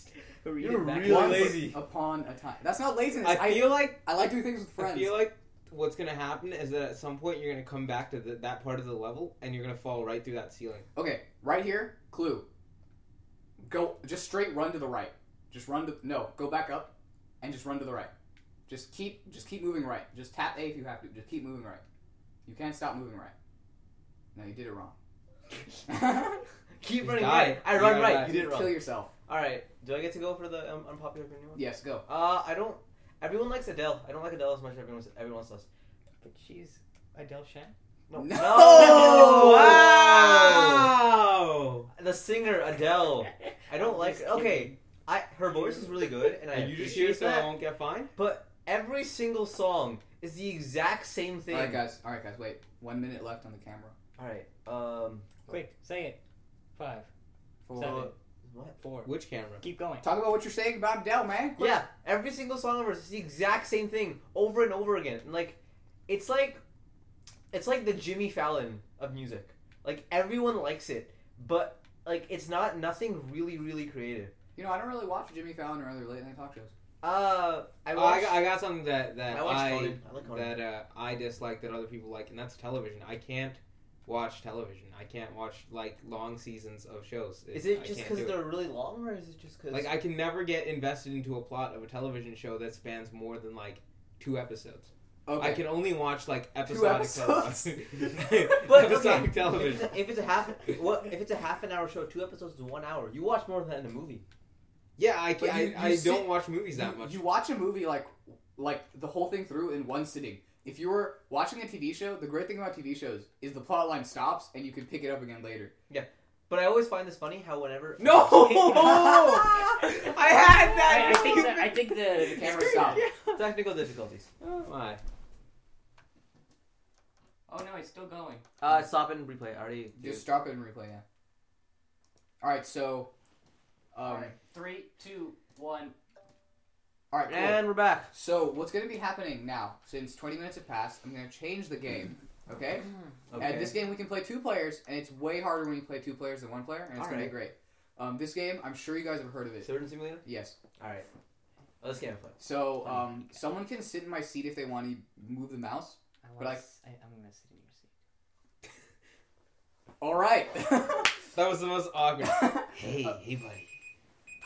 [SPEAKER 4] Read
[SPEAKER 3] You're
[SPEAKER 4] it back.
[SPEAKER 3] really
[SPEAKER 1] one
[SPEAKER 3] lazy.
[SPEAKER 1] upon a time. That's not laziness.
[SPEAKER 3] I feel like
[SPEAKER 1] I like doing things with friends.
[SPEAKER 3] I feel like what's gonna happen is that at some point you're gonna come back to the, that part of the level and you're gonna fall right through that ceiling.
[SPEAKER 1] okay, right here, clue. Go just straight run to the right. Just run to no, go back up and just run to the right. Just keep just keep moving right. Just tap A if you have to. Just keep moving right. You can't stop moving right. No, you did it wrong.
[SPEAKER 2] Keep
[SPEAKER 3] Just
[SPEAKER 2] running
[SPEAKER 3] die.
[SPEAKER 2] right. I
[SPEAKER 3] You
[SPEAKER 2] run
[SPEAKER 3] gotta
[SPEAKER 2] right.
[SPEAKER 3] die.
[SPEAKER 2] You did it
[SPEAKER 1] Kill
[SPEAKER 2] wrong.
[SPEAKER 1] yourself.
[SPEAKER 2] All right. Do I get to go for the um, unpopular opinion? One?
[SPEAKER 1] Yes, go.
[SPEAKER 2] Uh, I don't. Everyone likes Adele. I don't like Adele as much as everyone everyone does.
[SPEAKER 4] But she's Adele Shan.
[SPEAKER 2] No.
[SPEAKER 1] No!
[SPEAKER 2] Oh! Wow!
[SPEAKER 3] Wow!
[SPEAKER 2] The singer Adele. I don't like. Okay. I her voice is really good, and I
[SPEAKER 3] And you just hear
[SPEAKER 2] appreciate
[SPEAKER 3] so I
[SPEAKER 2] that.
[SPEAKER 3] won't get fined?
[SPEAKER 2] But every single song is the exact same thing.
[SPEAKER 1] All right, guys. All right, guys. Wait. One minute left on the camera.
[SPEAKER 2] All right. Um.
[SPEAKER 4] Quick, say it. Five,
[SPEAKER 1] For-
[SPEAKER 4] Seven.
[SPEAKER 2] What?
[SPEAKER 4] four.
[SPEAKER 3] Which camera?
[SPEAKER 4] Keep going.
[SPEAKER 1] Talk about what you're saying about Adele, man. Quick.
[SPEAKER 2] Yeah. Every single song of hers is the exact same thing over and over again. And like, it's like, it's like the Jimmy Fallon of music. Like everyone likes it, but like it's not nothing really really creative.
[SPEAKER 1] You know, I don't really watch Jimmy Fallon or other late night talk shows.
[SPEAKER 2] Uh, I
[SPEAKER 3] Oh,
[SPEAKER 2] watched.
[SPEAKER 3] I, got, I got something that that
[SPEAKER 2] I watched
[SPEAKER 3] I,
[SPEAKER 2] Conan. I like Conan.
[SPEAKER 3] that uh, I dislike that other people like, and that's television. I can't watch television. I can't watch like long seasons of shows.
[SPEAKER 2] Is it
[SPEAKER 3] I
[SPEAKER 2] just
[SPEAKER 3] can't
[SPEAKER 2] because
[SPEAKER 3] do it.
[SPEAKER 2] they're really long, or is it just because?
[SPEAKER 3] like I can never get invested into a plot of a television show that spans more than like two episodes.
[SPEAKER 1] Okay.
[SPEAKER 3] I can only watch like episodic
[SPEAKER 1] episodes?
[SPEAKER 3] television.
[SPEAKER 2] but okay,
[SPEAKER 3] episodic television.
[SPEAKER 2] If it's, a, if it's a half, what if it's a half an hour show? Two episodes is one hour. You watch more than that in a movie.
[SPEAKER 3] Yeah, I
[SPEAKER 1] But
[SPEAKER 3] can,
[SPEAKER 1] you- you
[SPEAKER 3] I, I
[SPEAKER 1] sit-
[SPEAKER 3] don't watch movies that
[SPEAKER 1] you,
[SPEAKER 3] much.
[SPEAKER 1] you watch a movie like like the whole thing through in one sitting. If you were watching a TV show, the great thing about TV shows is the plot line stops and you can pick it up again later.
[SPEAKER 2] But I always find this funny how whenever
[SPEAKER 3] no, I
[SPEAKER 1] I
[SPEAKER 3] had
[SPEAKER 4] I,
[SPEAKER 3] that.
[SPEAKER 4] I think that, I think the, the camera stopped.
[SPEAKER 2] technical difficulties.
[SPEAKER 3] Oh my!
[SPEAKER 4] Oh no, it's still going.
[SPEAKER 2] Uh, stop it and replay. I already.
[SPEAKER 1] Just stop it and replay. Yeah. All right. So. Um, all
[SPEAKER 4] All
[SPEAKER 1] right.
[SPEAKER 4] right, three, two, one.
[SPEAKER 1] cool.
[SPEAKER 2] And we're back.
[SPEAKER 1] So what's gonna be happening now? Since 20 minutes have passed, I'm gonna change the game. Okay.
[SPEAKER 2] Okay.
[SPEAKER 1] And this game we can play two players, and it's way harder when you play two players than one player, and it's gonna
[SPEAKER 2] Alright.
[SPEAKER 1] be great. Um, this game, I'm sure you guys have heard of it.
[SPEAKER 2] Surgeon Simulator.
[SPEAKER 1] Yes.
[SPEAKER 2] All right. Oh, this game I play.
[SPEAKER 1] So um, someone can sit in my seat if they want to move the mouse.
[SPEAKER 4] I
[SPEAKER 1] But I-
[SPEAKER 4] wanna s- I, I'm gonna sit in your seat.
[SPEAKER 1] All right.
[SPEAKER 3] That was the most awkward.
[SPEAKER 2] Hey,
[SPEAKER 1] Uh,
[SPEAKER 2] hey, buddy.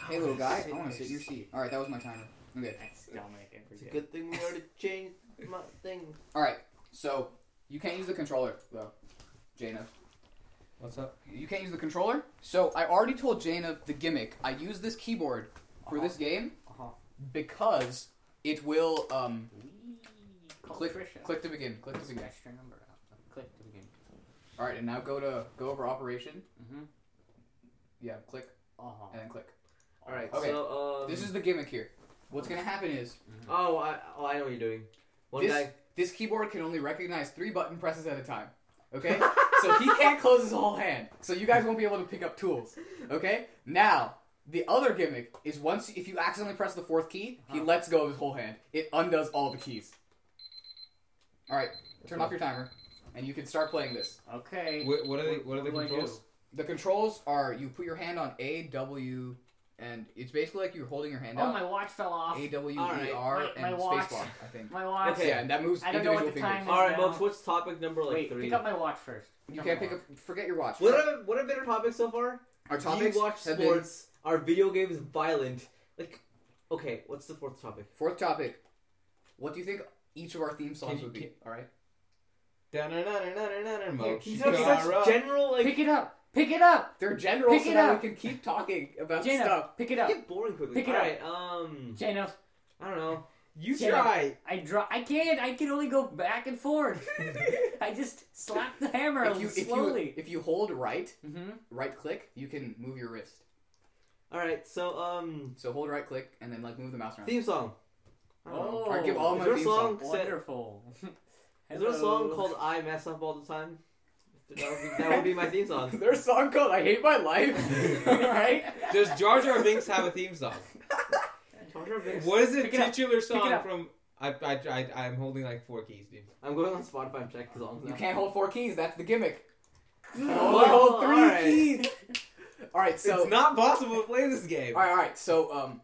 [SPEAKER 1] hey, little guy, I want to sit in your seat. All right, that was my timer. Okay.
[SPEAKER 4] That's Dominic every
[SPEAKER 2] It's a
[SPEAKER 4] day.
[SPEAKER 2] good thing we already changed my thing.
[SPEAKER 1] All right. So you can't use the controller though, Jaina.
[SPEAKER 3] What's up?
[SPEAKER 1] You can't use the controller. So I already told Jaina the gimmick. I use this keyboard for this game
[SPEAKER 4] Uh-huh.
[SPEAKER 1] because it will um,
[SPEAKER 4] We
[SPEAKER 5] Oh,
[SPEAKER 4] call
[SPEAKER 1] click
[SPEAKER 4] Trisha.
[SPEAKER 1] click to begin. Click to begin.
[SPEAKER 4] Text your number out. Click to begin.
[SPEAKER 1] All right, and now go to go over operation.
[SPEAKER 4] Mm-hmm.
[SPEAKER 1] Yeah, click
[SPEAKER 4] Uh-huh.
[SPEAKER 1] and then click.
[SPEAKER 2] All right.
[SPEAKER 1] Okay.
[SPEAKER 2] So um,
[SPEAKER 1] This is the gimmick here. What's gonna happen is
[SPEAKER 2] Oh, I, oh, I know what you're doing. One
[SPEAKER 1] this
[SPEAKER 2] guy.
[SPEAKER 1] this keyboard can only recognize three button presses at a time. Okay, so he can't close his whole hand. So you guys won't be able to pick up tools. Okay, now the other gimmick is once if you accidentally press the fourth key,
[SPEAKER 5] Uh-huh.
[SPEAKER 1] he lets go of his whole hand. It undoes all the keys. All right, turn off your timer. and you can start playing this.
[SPEAKER 4] Okay.
[SPEAKER 3] What, what are they?
[SPEAKER 1] What-
[SPEAKER 3] What are the
[SPEAKER 1] what do I do?
[SPEAKER 3] controls?
[SPEAKER 1] The controls are you put your hand on A W, and it's basically like you're holding your hand
[SPEAKER 5] Oh,
[SPEAKER 1] out.
[SPEAKER 5] my watch fell off.
[SPEAKER 1] A W
[SPEAKER 3] All
[SPEAKER 1] E
[SPEAKER 3] right.
[SPEAKER 1] R
[SPEAKER 5] My-
[SPEAKER 1] and
[SPEAKER 5] my watch.
[SPEAKER 1] spacebar. I think.
[SPEAKER 5] My watch.
[SPEAKER 2] Okay.
[SPEAKER 1] Yeah, and that moves
[SPEAKER 5] I don't know
[SPEAKER 1] individual
[SPEAKER 5] what the
[SPEAKER 1] fingers.
[SPEAKER 5] time
[SPEAKER 2] All right,
[SPEAKER 5] now-
[SPEAKER 2] Mox. What's topic number like
[SPEAKER 5] Wait,
[SPEAKER 2] three?
[SPEAKER 5] pick up my watch first.
[SPEAKER 1] You can't pick up. Forget your watch.
[SPEAKER 2] what are what are better topics so far?
[SPEAKER 1] Our topics
[SPEAKER 2] Do you watch
[SPEAKER 1] have been
[SPEAKER 2] sports? Are video games violent? Like, okay, what's the fourth topic?
[SPEAKER 1] fourth topic. What do you think each of our theme songs
[SPEAKER 3] you-
[SPEAKER 1] would be? All right.
[SPEAKER 3] Da-na-na-na-na-na-na, Mo.
[SPEAKER 1] he's
[SPEAKER 2] These
[SPEAKER 1] got
[SPEAKER 2] are
[SPEAKER 1] Shikara.
[SPEAKER 2] such general, like,
[SPEAKER 5] Pick it up. Pick it up.
[SPEAKER 1] They're general,
[SPEAKER 5] Pick
[SPEAKER 1] so
[SPEAKER 5] it
[SPEAKER 1] that
[SPEAKER 5] up.
[SPEAKER 1] we can keep talking about
[SPEAKER 5] Jano,
[SPEAKER 1] stuff.
[SPEAKER 5] pick it
[SPEAKER 2] they
[SPEAKER 5] up.
[SPEAKER 2] get boring quickly.
[SPEAKER 5] Pick it
[SPEAKER 2] All
[SPEAKER 5] up.
[SPEAKER 2] right, um,
[SPEAKER 5] Jano,
[SPEAKER 2] I don't know.
[SPEAKER 3] You
[SPEAKER 5] Yeah.
[SPEAKER 3] try.
[SPEAKER 5] I draw. I can't. I can only go back and forth. I just slap the hammer
[SPEAKER 1] If you, if you
[SPEAKER 5] slowly.
[SPEAKER 1] if you hold right,
[SPEAKER 5] mm-hmm.
[SPEAKER 1] right click, you can move your wrist.
[SPEAKER 2] All right, so um,
[SPEAKER 1] So hold right click and then like move the mouse around.
[SPEAKER 2] theme song. I don't know.
[SPEAKER 5] Oh,
[SPEAKER 1] Alright, give all
[SPEAKER 2] is
[SPEAKER 1] my
[SPEAKER 2] there a
[SPEAKER 1] theme song.
[SPEAKER 2] song? set-
[SPEAKER 5] wonderful.
[SPEAKER 2] Is there a song
[SPEAKER 5] Hello.
[SPEAKER 2] called "I Mess Up All the Time"? That would be, that would be my theme song.
[SPEAKER 1] There's a song called "I Hate My Life,"
[SPEAKER 5] right?
[SPEAKER 3] Does Jar Jar Binks have a theme song?
[SPEAKER 2] Jar Jar Binks.
[SPEAKER 3] What is the
[SPEAKER 5] Pick it up.
[SPEAKER 3] titular
[SPEAKER 5] it
[SPEAKER 3] song
[SPEAKER 5] up.
[SPEAKER 3] from? I, I, I, I'm holding like four keys, dude.
[SPEAKER 2] I'm going on Spotify and check songs.
[SPEAKER 1] you
[SPEAKER 2] now.
[SPEAKER 1] can't hold four keys. That's the gimmick. You can
[SPEAKER 2] Oh,
[SPEAKER 1] only hold three
[SPEAKER 2] alright.
[SPEAKER 1] keys. All right, so
[SPEAKER 3] it's not possible to play this game.
[SPEAKER 1] all right, all right, so um,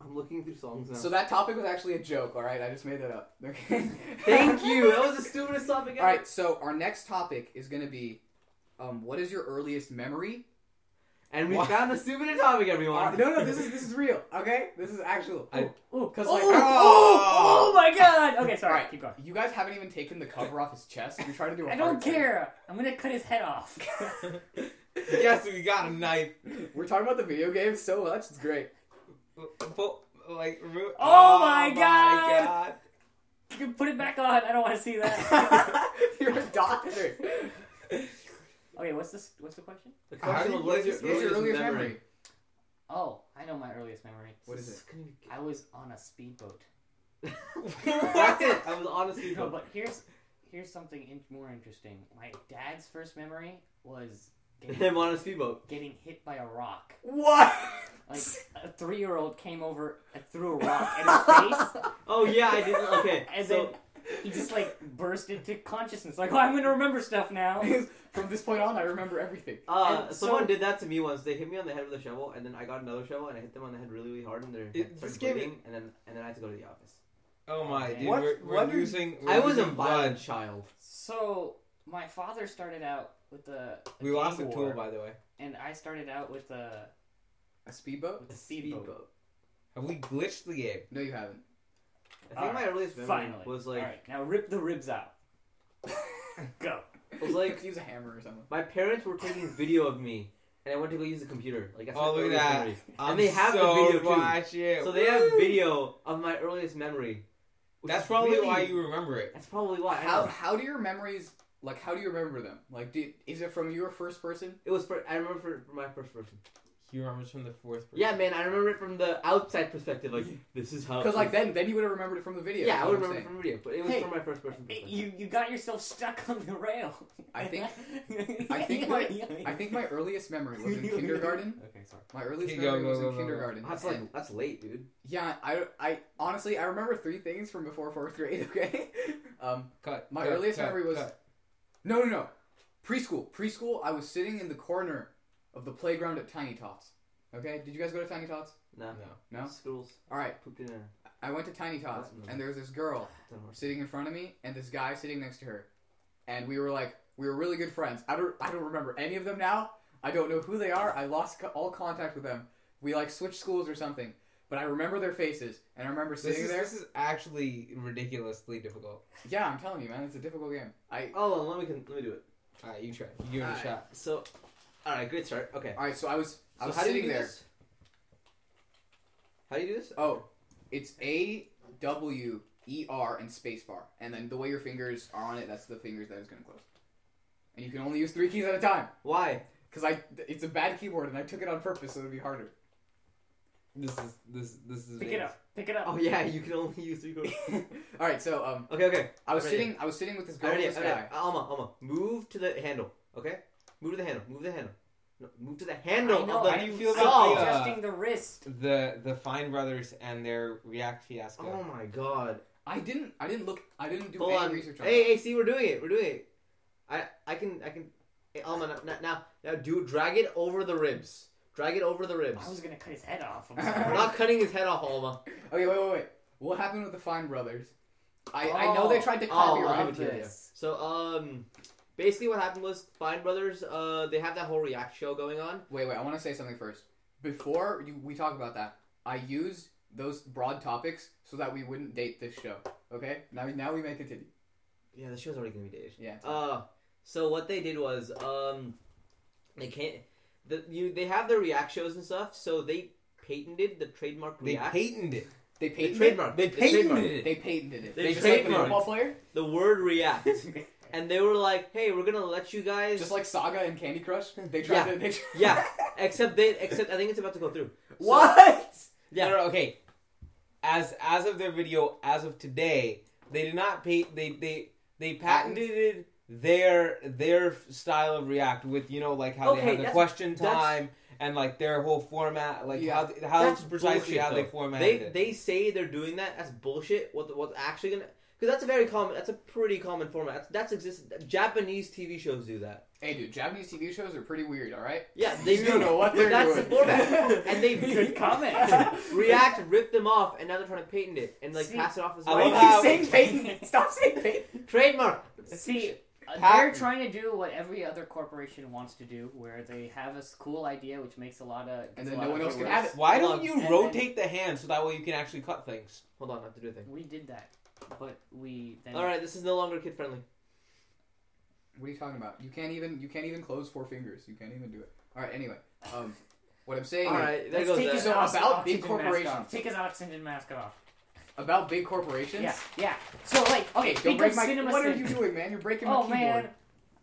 [SPEAKER 2] I'm looking through songs now.
[SPEAKER 1] so that topic was actually a joke. All right, I just made that up. Okay.
[SPEAKER 2] Thank you. That was the stupidest topic ever.
[SPEAKER 1] All right, so our next topic is going to be, um, what is your earliest memory?
[SPEAKER 2] And we
[SPEAKER 3] Why-
[SPEAKER 2] found the stupidest topic,
[SPEAKER 1] Uh,
[SPEAKER 2] everyone.
[SPEAKER 1] no, no, this is this is real. Okay, this is actual.
[SPEAKER 3] I-
[SPEAKER 5] Ooh,
[SPEAKER 1] Because
[SPEAKER 5] oh,
[SPEAKER 1] like,
[SPEAKER 5] oh, oh my god! Okay, sorry,
[SPEAKER 1] Alright.
[SPEAKER 5] keep going.
[SPEAKER 1] you guys haven't even taken the cover off his chest. You're trying to do. I
[SPEAKER 5] I don't care. I'm gonna cut his head off.
[SPEAKER 3] yes, we got a knife.
[SPEAKER 1] We're talking about the video games so much. It's great.
[SPEAKER 3] But, like, ru-
[SPEAKER 5] Oh my God. you can put it back on. I don't want to see that.
[SPEAKER 1] You're a doctor.
[SPEAKER 5] okay, what's this? What's the question?
[SPEAKER 2] The
[SPEAKER 3] How do
[SPEAKER 2] question
[SPEAKER 3] you-
[SPEAKER 2] was,
[SPEAKER 3] what
[SPEAKER 2] what
[SPEAKER 3] is
[SPEAKER 2] is
[SPEAKER 3] your-
[SPEAKER 1] What's your
[SPEAKER 2] your
[SPEAKER 1] earliest
[SPEAKER 2] earliest
[SPEAKER 1] memory?
[SPEAKER 2] memory?
[SPEAKER 5] Oh, I know my earliest memory.
[SPEAKER 1] What is
[SPEAKER 2] This
[SPEAKER 1] it?
[SPEAKER 2] is gonna be-
[SPEAKER 5] I was on a speedboat.
[SPEAKER 2] That's it. I was honestly.
[SPEAKER 5] No, but here's here's something in- more interesting. My dad's first memory was
[SPEAKER 2] Him
[SPEAKER 5] getting,
[SPEAKER 2] on a speedboat.
[SPEAKER 5] getting hit by a rock.
[SPEAKER 1] What?
[SPEAKER 5] Like a three year old came over and threw a rock at his face.
[SPEAKER 2] Oh yeah, I didn't. Okay,
[SPEAKER 5] And
[SPEAKER 2] so
[SPEAKER 5] then he just like burst into consciousness, like, oh, I'm gonna remember stuff now.
[SPEAKER 1] From this point on, I remember everything.
[SPEAKER 2] uh,
[SPEAKER 5] and
[SPEAKER 2] someone
[SPEAKER 5] so-
[SPEAKER 2] did that to me once. They hit me on the head with a shovel, and then I got another shovel, and I hit them on the head really, really hard, and their head
[SPEAKER 3] It-
[SPEAKER 2] started
[SPEAKER 3] this game-
[SPEAKER 2] bleeding, and then and then I had to go to the office.
[SPEAKER 3] Oh my, dude.
[SPEAKER 1] What-
[SPEAKER 3] We're, we're
[SPEAKER 1] what are you-
[SPEAKER 3] losing. We're
[SPEAKER 2] I was a
[SPEAKER 3] losing
[SPEAKER 2] violent
[SPEAKER 3] blood.
[SPEAKER 2] child.
[SPEAKER 5] So my father started out with the a
[SPEAKER 3] We lost a
[SPEAKER 5] gang
[SPEAKER 3] tool,
[SPEAKER 5] war,
[SPEAKER 3] by the way.
[SPEAKER 5] and I started out with the
[SPEAKER 1] A speedboat?
[SPEAKER 5] with the speedboat.
[SPEAKER 3] Have we glitched the game?
[SPEAKER 1] No, you haven't.
[SPEAKER 2] I think my
[SPEAKER 5] Alright,
[SPEAKER 2] earliest memory
[SPEAKER 5] Finally,
[SPEAKER 2] was like
[SPEAKER 5] all right, now rip the ribs out. Go.
[SPEAKER 2] was like
[SPEAKER 1] use a hammer or something.
[SPEAKER 2] my parents were taking video of me, and I went to go use the computer. Like that's
[SPEAKER 3] Oh,
[SPEAKER 2] my
[SPEAKER 3] look at
[SPEAKER 2] earliest
[SPEAKER 3] that.
[SPEAKER 2] memory.
[SPEAKER 3] I'm
[SPEAKER 2] they have the
[SPEAKER 3] so
[SPEAKER 2] video, too.
[SPEAKER 3] Watch it.
[SPEAKER 2] So they have
[SPEAKER 3] Woo!
[SPEAKER 2] video of my earliest memory. which
[SPEAKER 3] That's
[SPEAKER 2] is
[SPEAKER 3] probably
[SPEAKER 2] really-
[SPEAKER 3] why you remember it.
[SPEAKER 2] That's probably why. I
[SPEAKER 1] How
[SPEAKER 2] know.
[SPEAKER 1] how do your memories like? How do you remember them? Like, do, is it from your first person?
[SPEAKER 2] It was. For, I remember for, for my first person.
[SPEAKER 3] He remembers from the fourth. Person.
[SPEAKER 2] Yeah, man, I remember it from the outside perspective. Like this is
[SPEAKER 3] Oh,
[SPEAKER 2] how.
[SPEAKER 1] Because like then then you would have remembered it from the video.
[SPEAKER 2] Yeah,
[SPEAKER 1] is
[SPEAKER 2] I would
[SPEAKER 1] what I'm
[SPEAKER 2] remember it from video, but it was
[SPEAKER 5] Hey,
[SPEAKER 2] from my first person
[SPEAKER 5] It-
[SPEAKER 2] perspective.
[SPEAKER 5] you you got yourself stuck on the rail.
[SPEAKER 1] I think-
[SPEAKER 5] I
[SPEAKER 1] I think my- saying. I think my earliest memory was in kindergarten.
[SPEAKER 5] Okay, sorry.
[SPEAKER 1] My earliest
[SPEAKER 3] Okay, go,
[SPEAKER 1] memory
[SPEAKER 3] go,
[SPEAKER 1] was
[SPEAKER 3] go,
[SPEAKER 1] in
[SPEAKER 3] go, go.
[SPEAKER 1] kindergarten.
[SPEAKER 2] that's
[SPEAKER 1] and-
[SPEAKER 2] like that's late, dude.
[SPEAKER 1] yeah, I, I honestly I remember three things from before fourth grade. Okay, um,
[SPEAKER 3] Cut.
[SPEAKER 1] my
[SPEAKER 3] cut,
[SPEAKER 1] earliest
[SPEAKER 3] cut,
[SPEAKER 1] memory was
[SPEAKER 3] cut.
[SPEAKER 1] no no no preschool preschool. I was sitting in the corner of the playground at Tiny Tots. Okay, did you guys go to Tiny Tots?
[SPEAKER 2] No,
[SPEAKER 1] No.
[SPEAKER 2] schools
[SPEAKER 1] All right,
[SPEAKER 2] pooped in a.
[SPEAKER 1] I went to Tiny Tots,
[SPEAKER 3] Mm-hmm.
[SPEAKER 2] Platinum.
[SPEAKER 1] and there was this girl
[SPEAKER 2] Don't know.
[SPEAKER 1] sitting in front of me, and this guy sitting next to her, and we were like, we were really good friends. I don't, I don't remember any of them now. I don't know who they are. I lost co- all contact with them. We like switched schools or something, but I remember their faces, and I remember
[SPEAKER 3] This
[SPEAKER 1] sitting
[SPEAKER 3] is,
[SPEAKER 1] there.
[SPEAKER 3] this is actually ridiculously difficult.
[SPEAKER 1] Yeah, I'm telling you, man, it's a difficult game. I
[SPEAKER 2] Oh, let me con- let me do it.
[SPEAKER 3] All right, you try. You give it a
[SPEAKER 1] Alright.
[SPEAKER 3] shot.
[SPEAKER 2] So, all right, great start. Okay.
[SPEAKER 1] all right, so I was, I
[SPEAKER 2] So
[SPEAKER 1] was
[SPEAKER 2] how do you
[SPEAKER 1] sitting
[SPEAKER 2] do
[SPEAKER 1] there.
[SPEAKER 2] this? How do you do this?
[SPEAKER 1] Oh, it's A W E R and spacebar, and then the way your fingers are on it, that's the fingers that is going to close. And you can only use three keys at a time.
[SPEAKER 2] why?
[SPEAKER 1] Cause I, it's a bad keyboard, and I took it on purpose so it'd be harder.
[SPEAKER 3] This is this this is.
[SPEAKER 5] Pick it up. Pick it up.
[SPEAKER 2] Oh yeah, you can only use three chords.
[SPEAKER 1] All right, so um,
[SPEAKER 2] Okay, okay.
[SPEAKER 1] I was
[SPEAKER 2] Already.
[SPEAKER 1] sitting, I was sitting with this girl, and
[SPEAKER 2] Already,
[SPEAKER 1] this
[SPEAKER 2] already.
[SPEAKER 1] guy.
[SPEAKER 2] Alma, Alma, move to the handle. Okay, move to the handle. Move to the handle. No, move to the
[SPEAKER 5] I
[SPEAKER 2] handle.
[SPEAKER 5] know,
[SPEAKER 2] of the
[SPEAKER 5] I'm-
[SPEAKER 3] How do you feel
[SPEAKER 5] I'm
[SPEAKER 3] about the, uh,
[SPEAKER 5] adjusting the wrist?
[SPEAKER 3] The the Fine Brothers and their React fiasco.
[SPEAKER 2] Oh my god.
[SPEAKER 1] I didn't, I didn't look, I didn't do
[SPEAKER 2] Hold
[SPEAKER 1] any
[SPEAKER 2] on.
[SPEAKER 1] research on.
[SPEAKER 2] Hey,
[SPEAKER 1] that.
[SPEAKER 2] hey, see, we're doing it. We're doing it. I I can I can. Hey, Alma, now, now- now now do drag it over the ribs. Drag it over the ribs.
[SPEAKER 5] I was gonna cut his head off. I'm
[SPEAKER 2] We're
[SPEAKER 5] sorry.
[SPEAKER 2] not cutting his head off, Alma.
[SPEAKER 1] Okay, wait, wait, wait. What happened with the Fine Brothers? I, Oh, I know they tried to copyright
[SPEAKER 2] I'll give it to you.
[SPEAKER 1] this.
[SPEAKER 2] So um, basically what happened was Fine Brothers. Uh, they have that whole React show going on.
[SPEAKER 1] Wait, wait. I want to say something first. Before you, we talk about that, I used those broad topics so that we wouldn't date this show. Okay. Now, now we may continue.
[SPEAKER 2] Yeah, the show's already gonna be dated.
[SPEAKER 1] Yeah. it's-
[SPEAKER 2] Uh, so what they did was, um, they can't. The, you they have their React shows and stuff, so they patented the trademark
[SPEAKER 3] They
[SPEAKER 2] React.
[SPEAKER 3] patented it.
[SPEAKER 1] they
[SPEAKER 2] the
[SPEAKER 1] patented.
[SPEAKER 2] trademark.
[SPEAKER 3] They
[SPEAKER 2] the trademark,
[SPEAKER 3] patented it.
[SPEAKER 1] They patented it.
[SPEAKER 2] They
[SPEAKER 1] Just like the
[SPEAKER 2] trademarked.
[SPEAKER 1] football player,
[SPEAKER 2] The word React, and they were like, "Hey, we're gonna let you guys."
[SPEAKER 1] just like Saga and Candy Crush. They tried
[SPEAKER 2] Yeah.
[SPEAKER 1] to. They tried...
[SPEAKER 2] yeah, except they except I think it's about to go through. So-
[SPEAKER 1] What?
[SPEAKER 2] Yeah.
[SPEAKER 3] No, no, okay. As as of their video, as of today, they did not pat they they they patented their their style of React with you know like how
[SPEAKER 2] Okay,
[SPEAKER 3] they have the
[SPEAKER 2] that's-
[SPEAKER 3] question
[SPEAKER 2] that's-
[SPEAKER 3] time and like their whole format, like
[SPEAKER 1] Yeah.
[SPEAKER 3] how they- how
[SPEAKER 2] That's
[SPEAKER 3] precisely
[SPEAKER 2] bullshit,
[SPEAKER 3] how they
[SPEAKER 2] though.
[SPEAKER 3] formatted
[SPEAKER 2] they
[SPEAKER 3] it.
[SPEAKER 2] they say they're doing that. That's bullshit. What what's actually gonna? Because that's a very common. That's a pretty common format. That's, that's existed. Japanese TV shows do that.
[SPEAKER 1] Hey, dude. Japanese TV shows are pretty weird. All right.
[SPEAKER 2] Yeah, they
[SPEAKER 1] you
[SPEAKER 2] do.
[SPEAKER 1] don't know what they're
[SPEAKER 2] that's
[SPEAKER 1] doing.
[SPEAKER 2] the format, and they
[SPEAKER 4] Good comment.
[SPEAKER 2] React ripped them off, and now they're trying to patent it and like pass it off as
[SPEAKER 3] I
[SPEAKER 2] well.
[SPEAKER 1] Why do you
[SPEAKER 3] love how-
[SPEAKER 1] keep saying patent? Stop saying patent.
[SPEAKER 2] trademark.
[SPEAKER 5] See, uh,
[SPEAKER 3] Pat-
[SPEAKER 5] they're trying to do what every other corporation wants to do, where they have a s- cool idea which makes a lot of
[SPEAKER 1] And
[SPEAKER 5] gets
[SPEAKER 1] then
[SPEAKER 5] a lot
[SPEAKER 1] no
[SPEAKER 5] of
[SPEAKER 1] one else can
[SPEAKER 5] viewers.
[SPEAKER 1] have it.
[SPEAKER 3] Why don't
[SPEAKER 2] Hold
[SPEAKER 3] you
[SPEAKER 5] on. And
[SPEAKER 3] rotate the hand so that way you can actually cut things?
[SPEAKER 2] Hold on, I have to do a thing.
[SPEAKER 5] We did that, but we then
[SPEAKER 2] All right, this is no longer kid friendly.
[SPEAKER 1] What are you talking about? You can't even. You can't even close four fingers. You can't even do it. All right. Anyway, um, what I'm saying.
[SPEAKER 2] All
[SPEAKER 1] is-
[SPEAKER 2] right, there
[SPEAKER 5] Let's
[SPEAKER 2] goes uh,
[SPEAKER 5] take
[SPEAKER 2] that.
[SPEAKER 5] his
[SPEAKER 1] So
[SPEAKER 5] ox-
[SPEAKER 1] about
[SPEAKER 5] oxygen
[SPEAKER 1] big
[SPEAKER 5] mask off.
[SPEAKER 1] corporations.
[SPEAKER 5] Take his oxygen mask off.
[SPEAKER 1] about big corporations.
[SPEAKER 5] Yeah, yeah. So like, okay,
[SPEAKER 1] Don't
[SPEAKER 5] think
[SPEAKER 1] break
[SPEAKER 5] of
[SPEAKER 1] my.
[SPEAKER 5] cinema.
[SPEAKER 1] What are
[SPEAKER 5] Sin.
[SPEAKER 1] you doing, man? You're breaking my
[SPEAKER 5] Oh
[SPEAKER 1] keyboard.
[SPEAKER 5] man,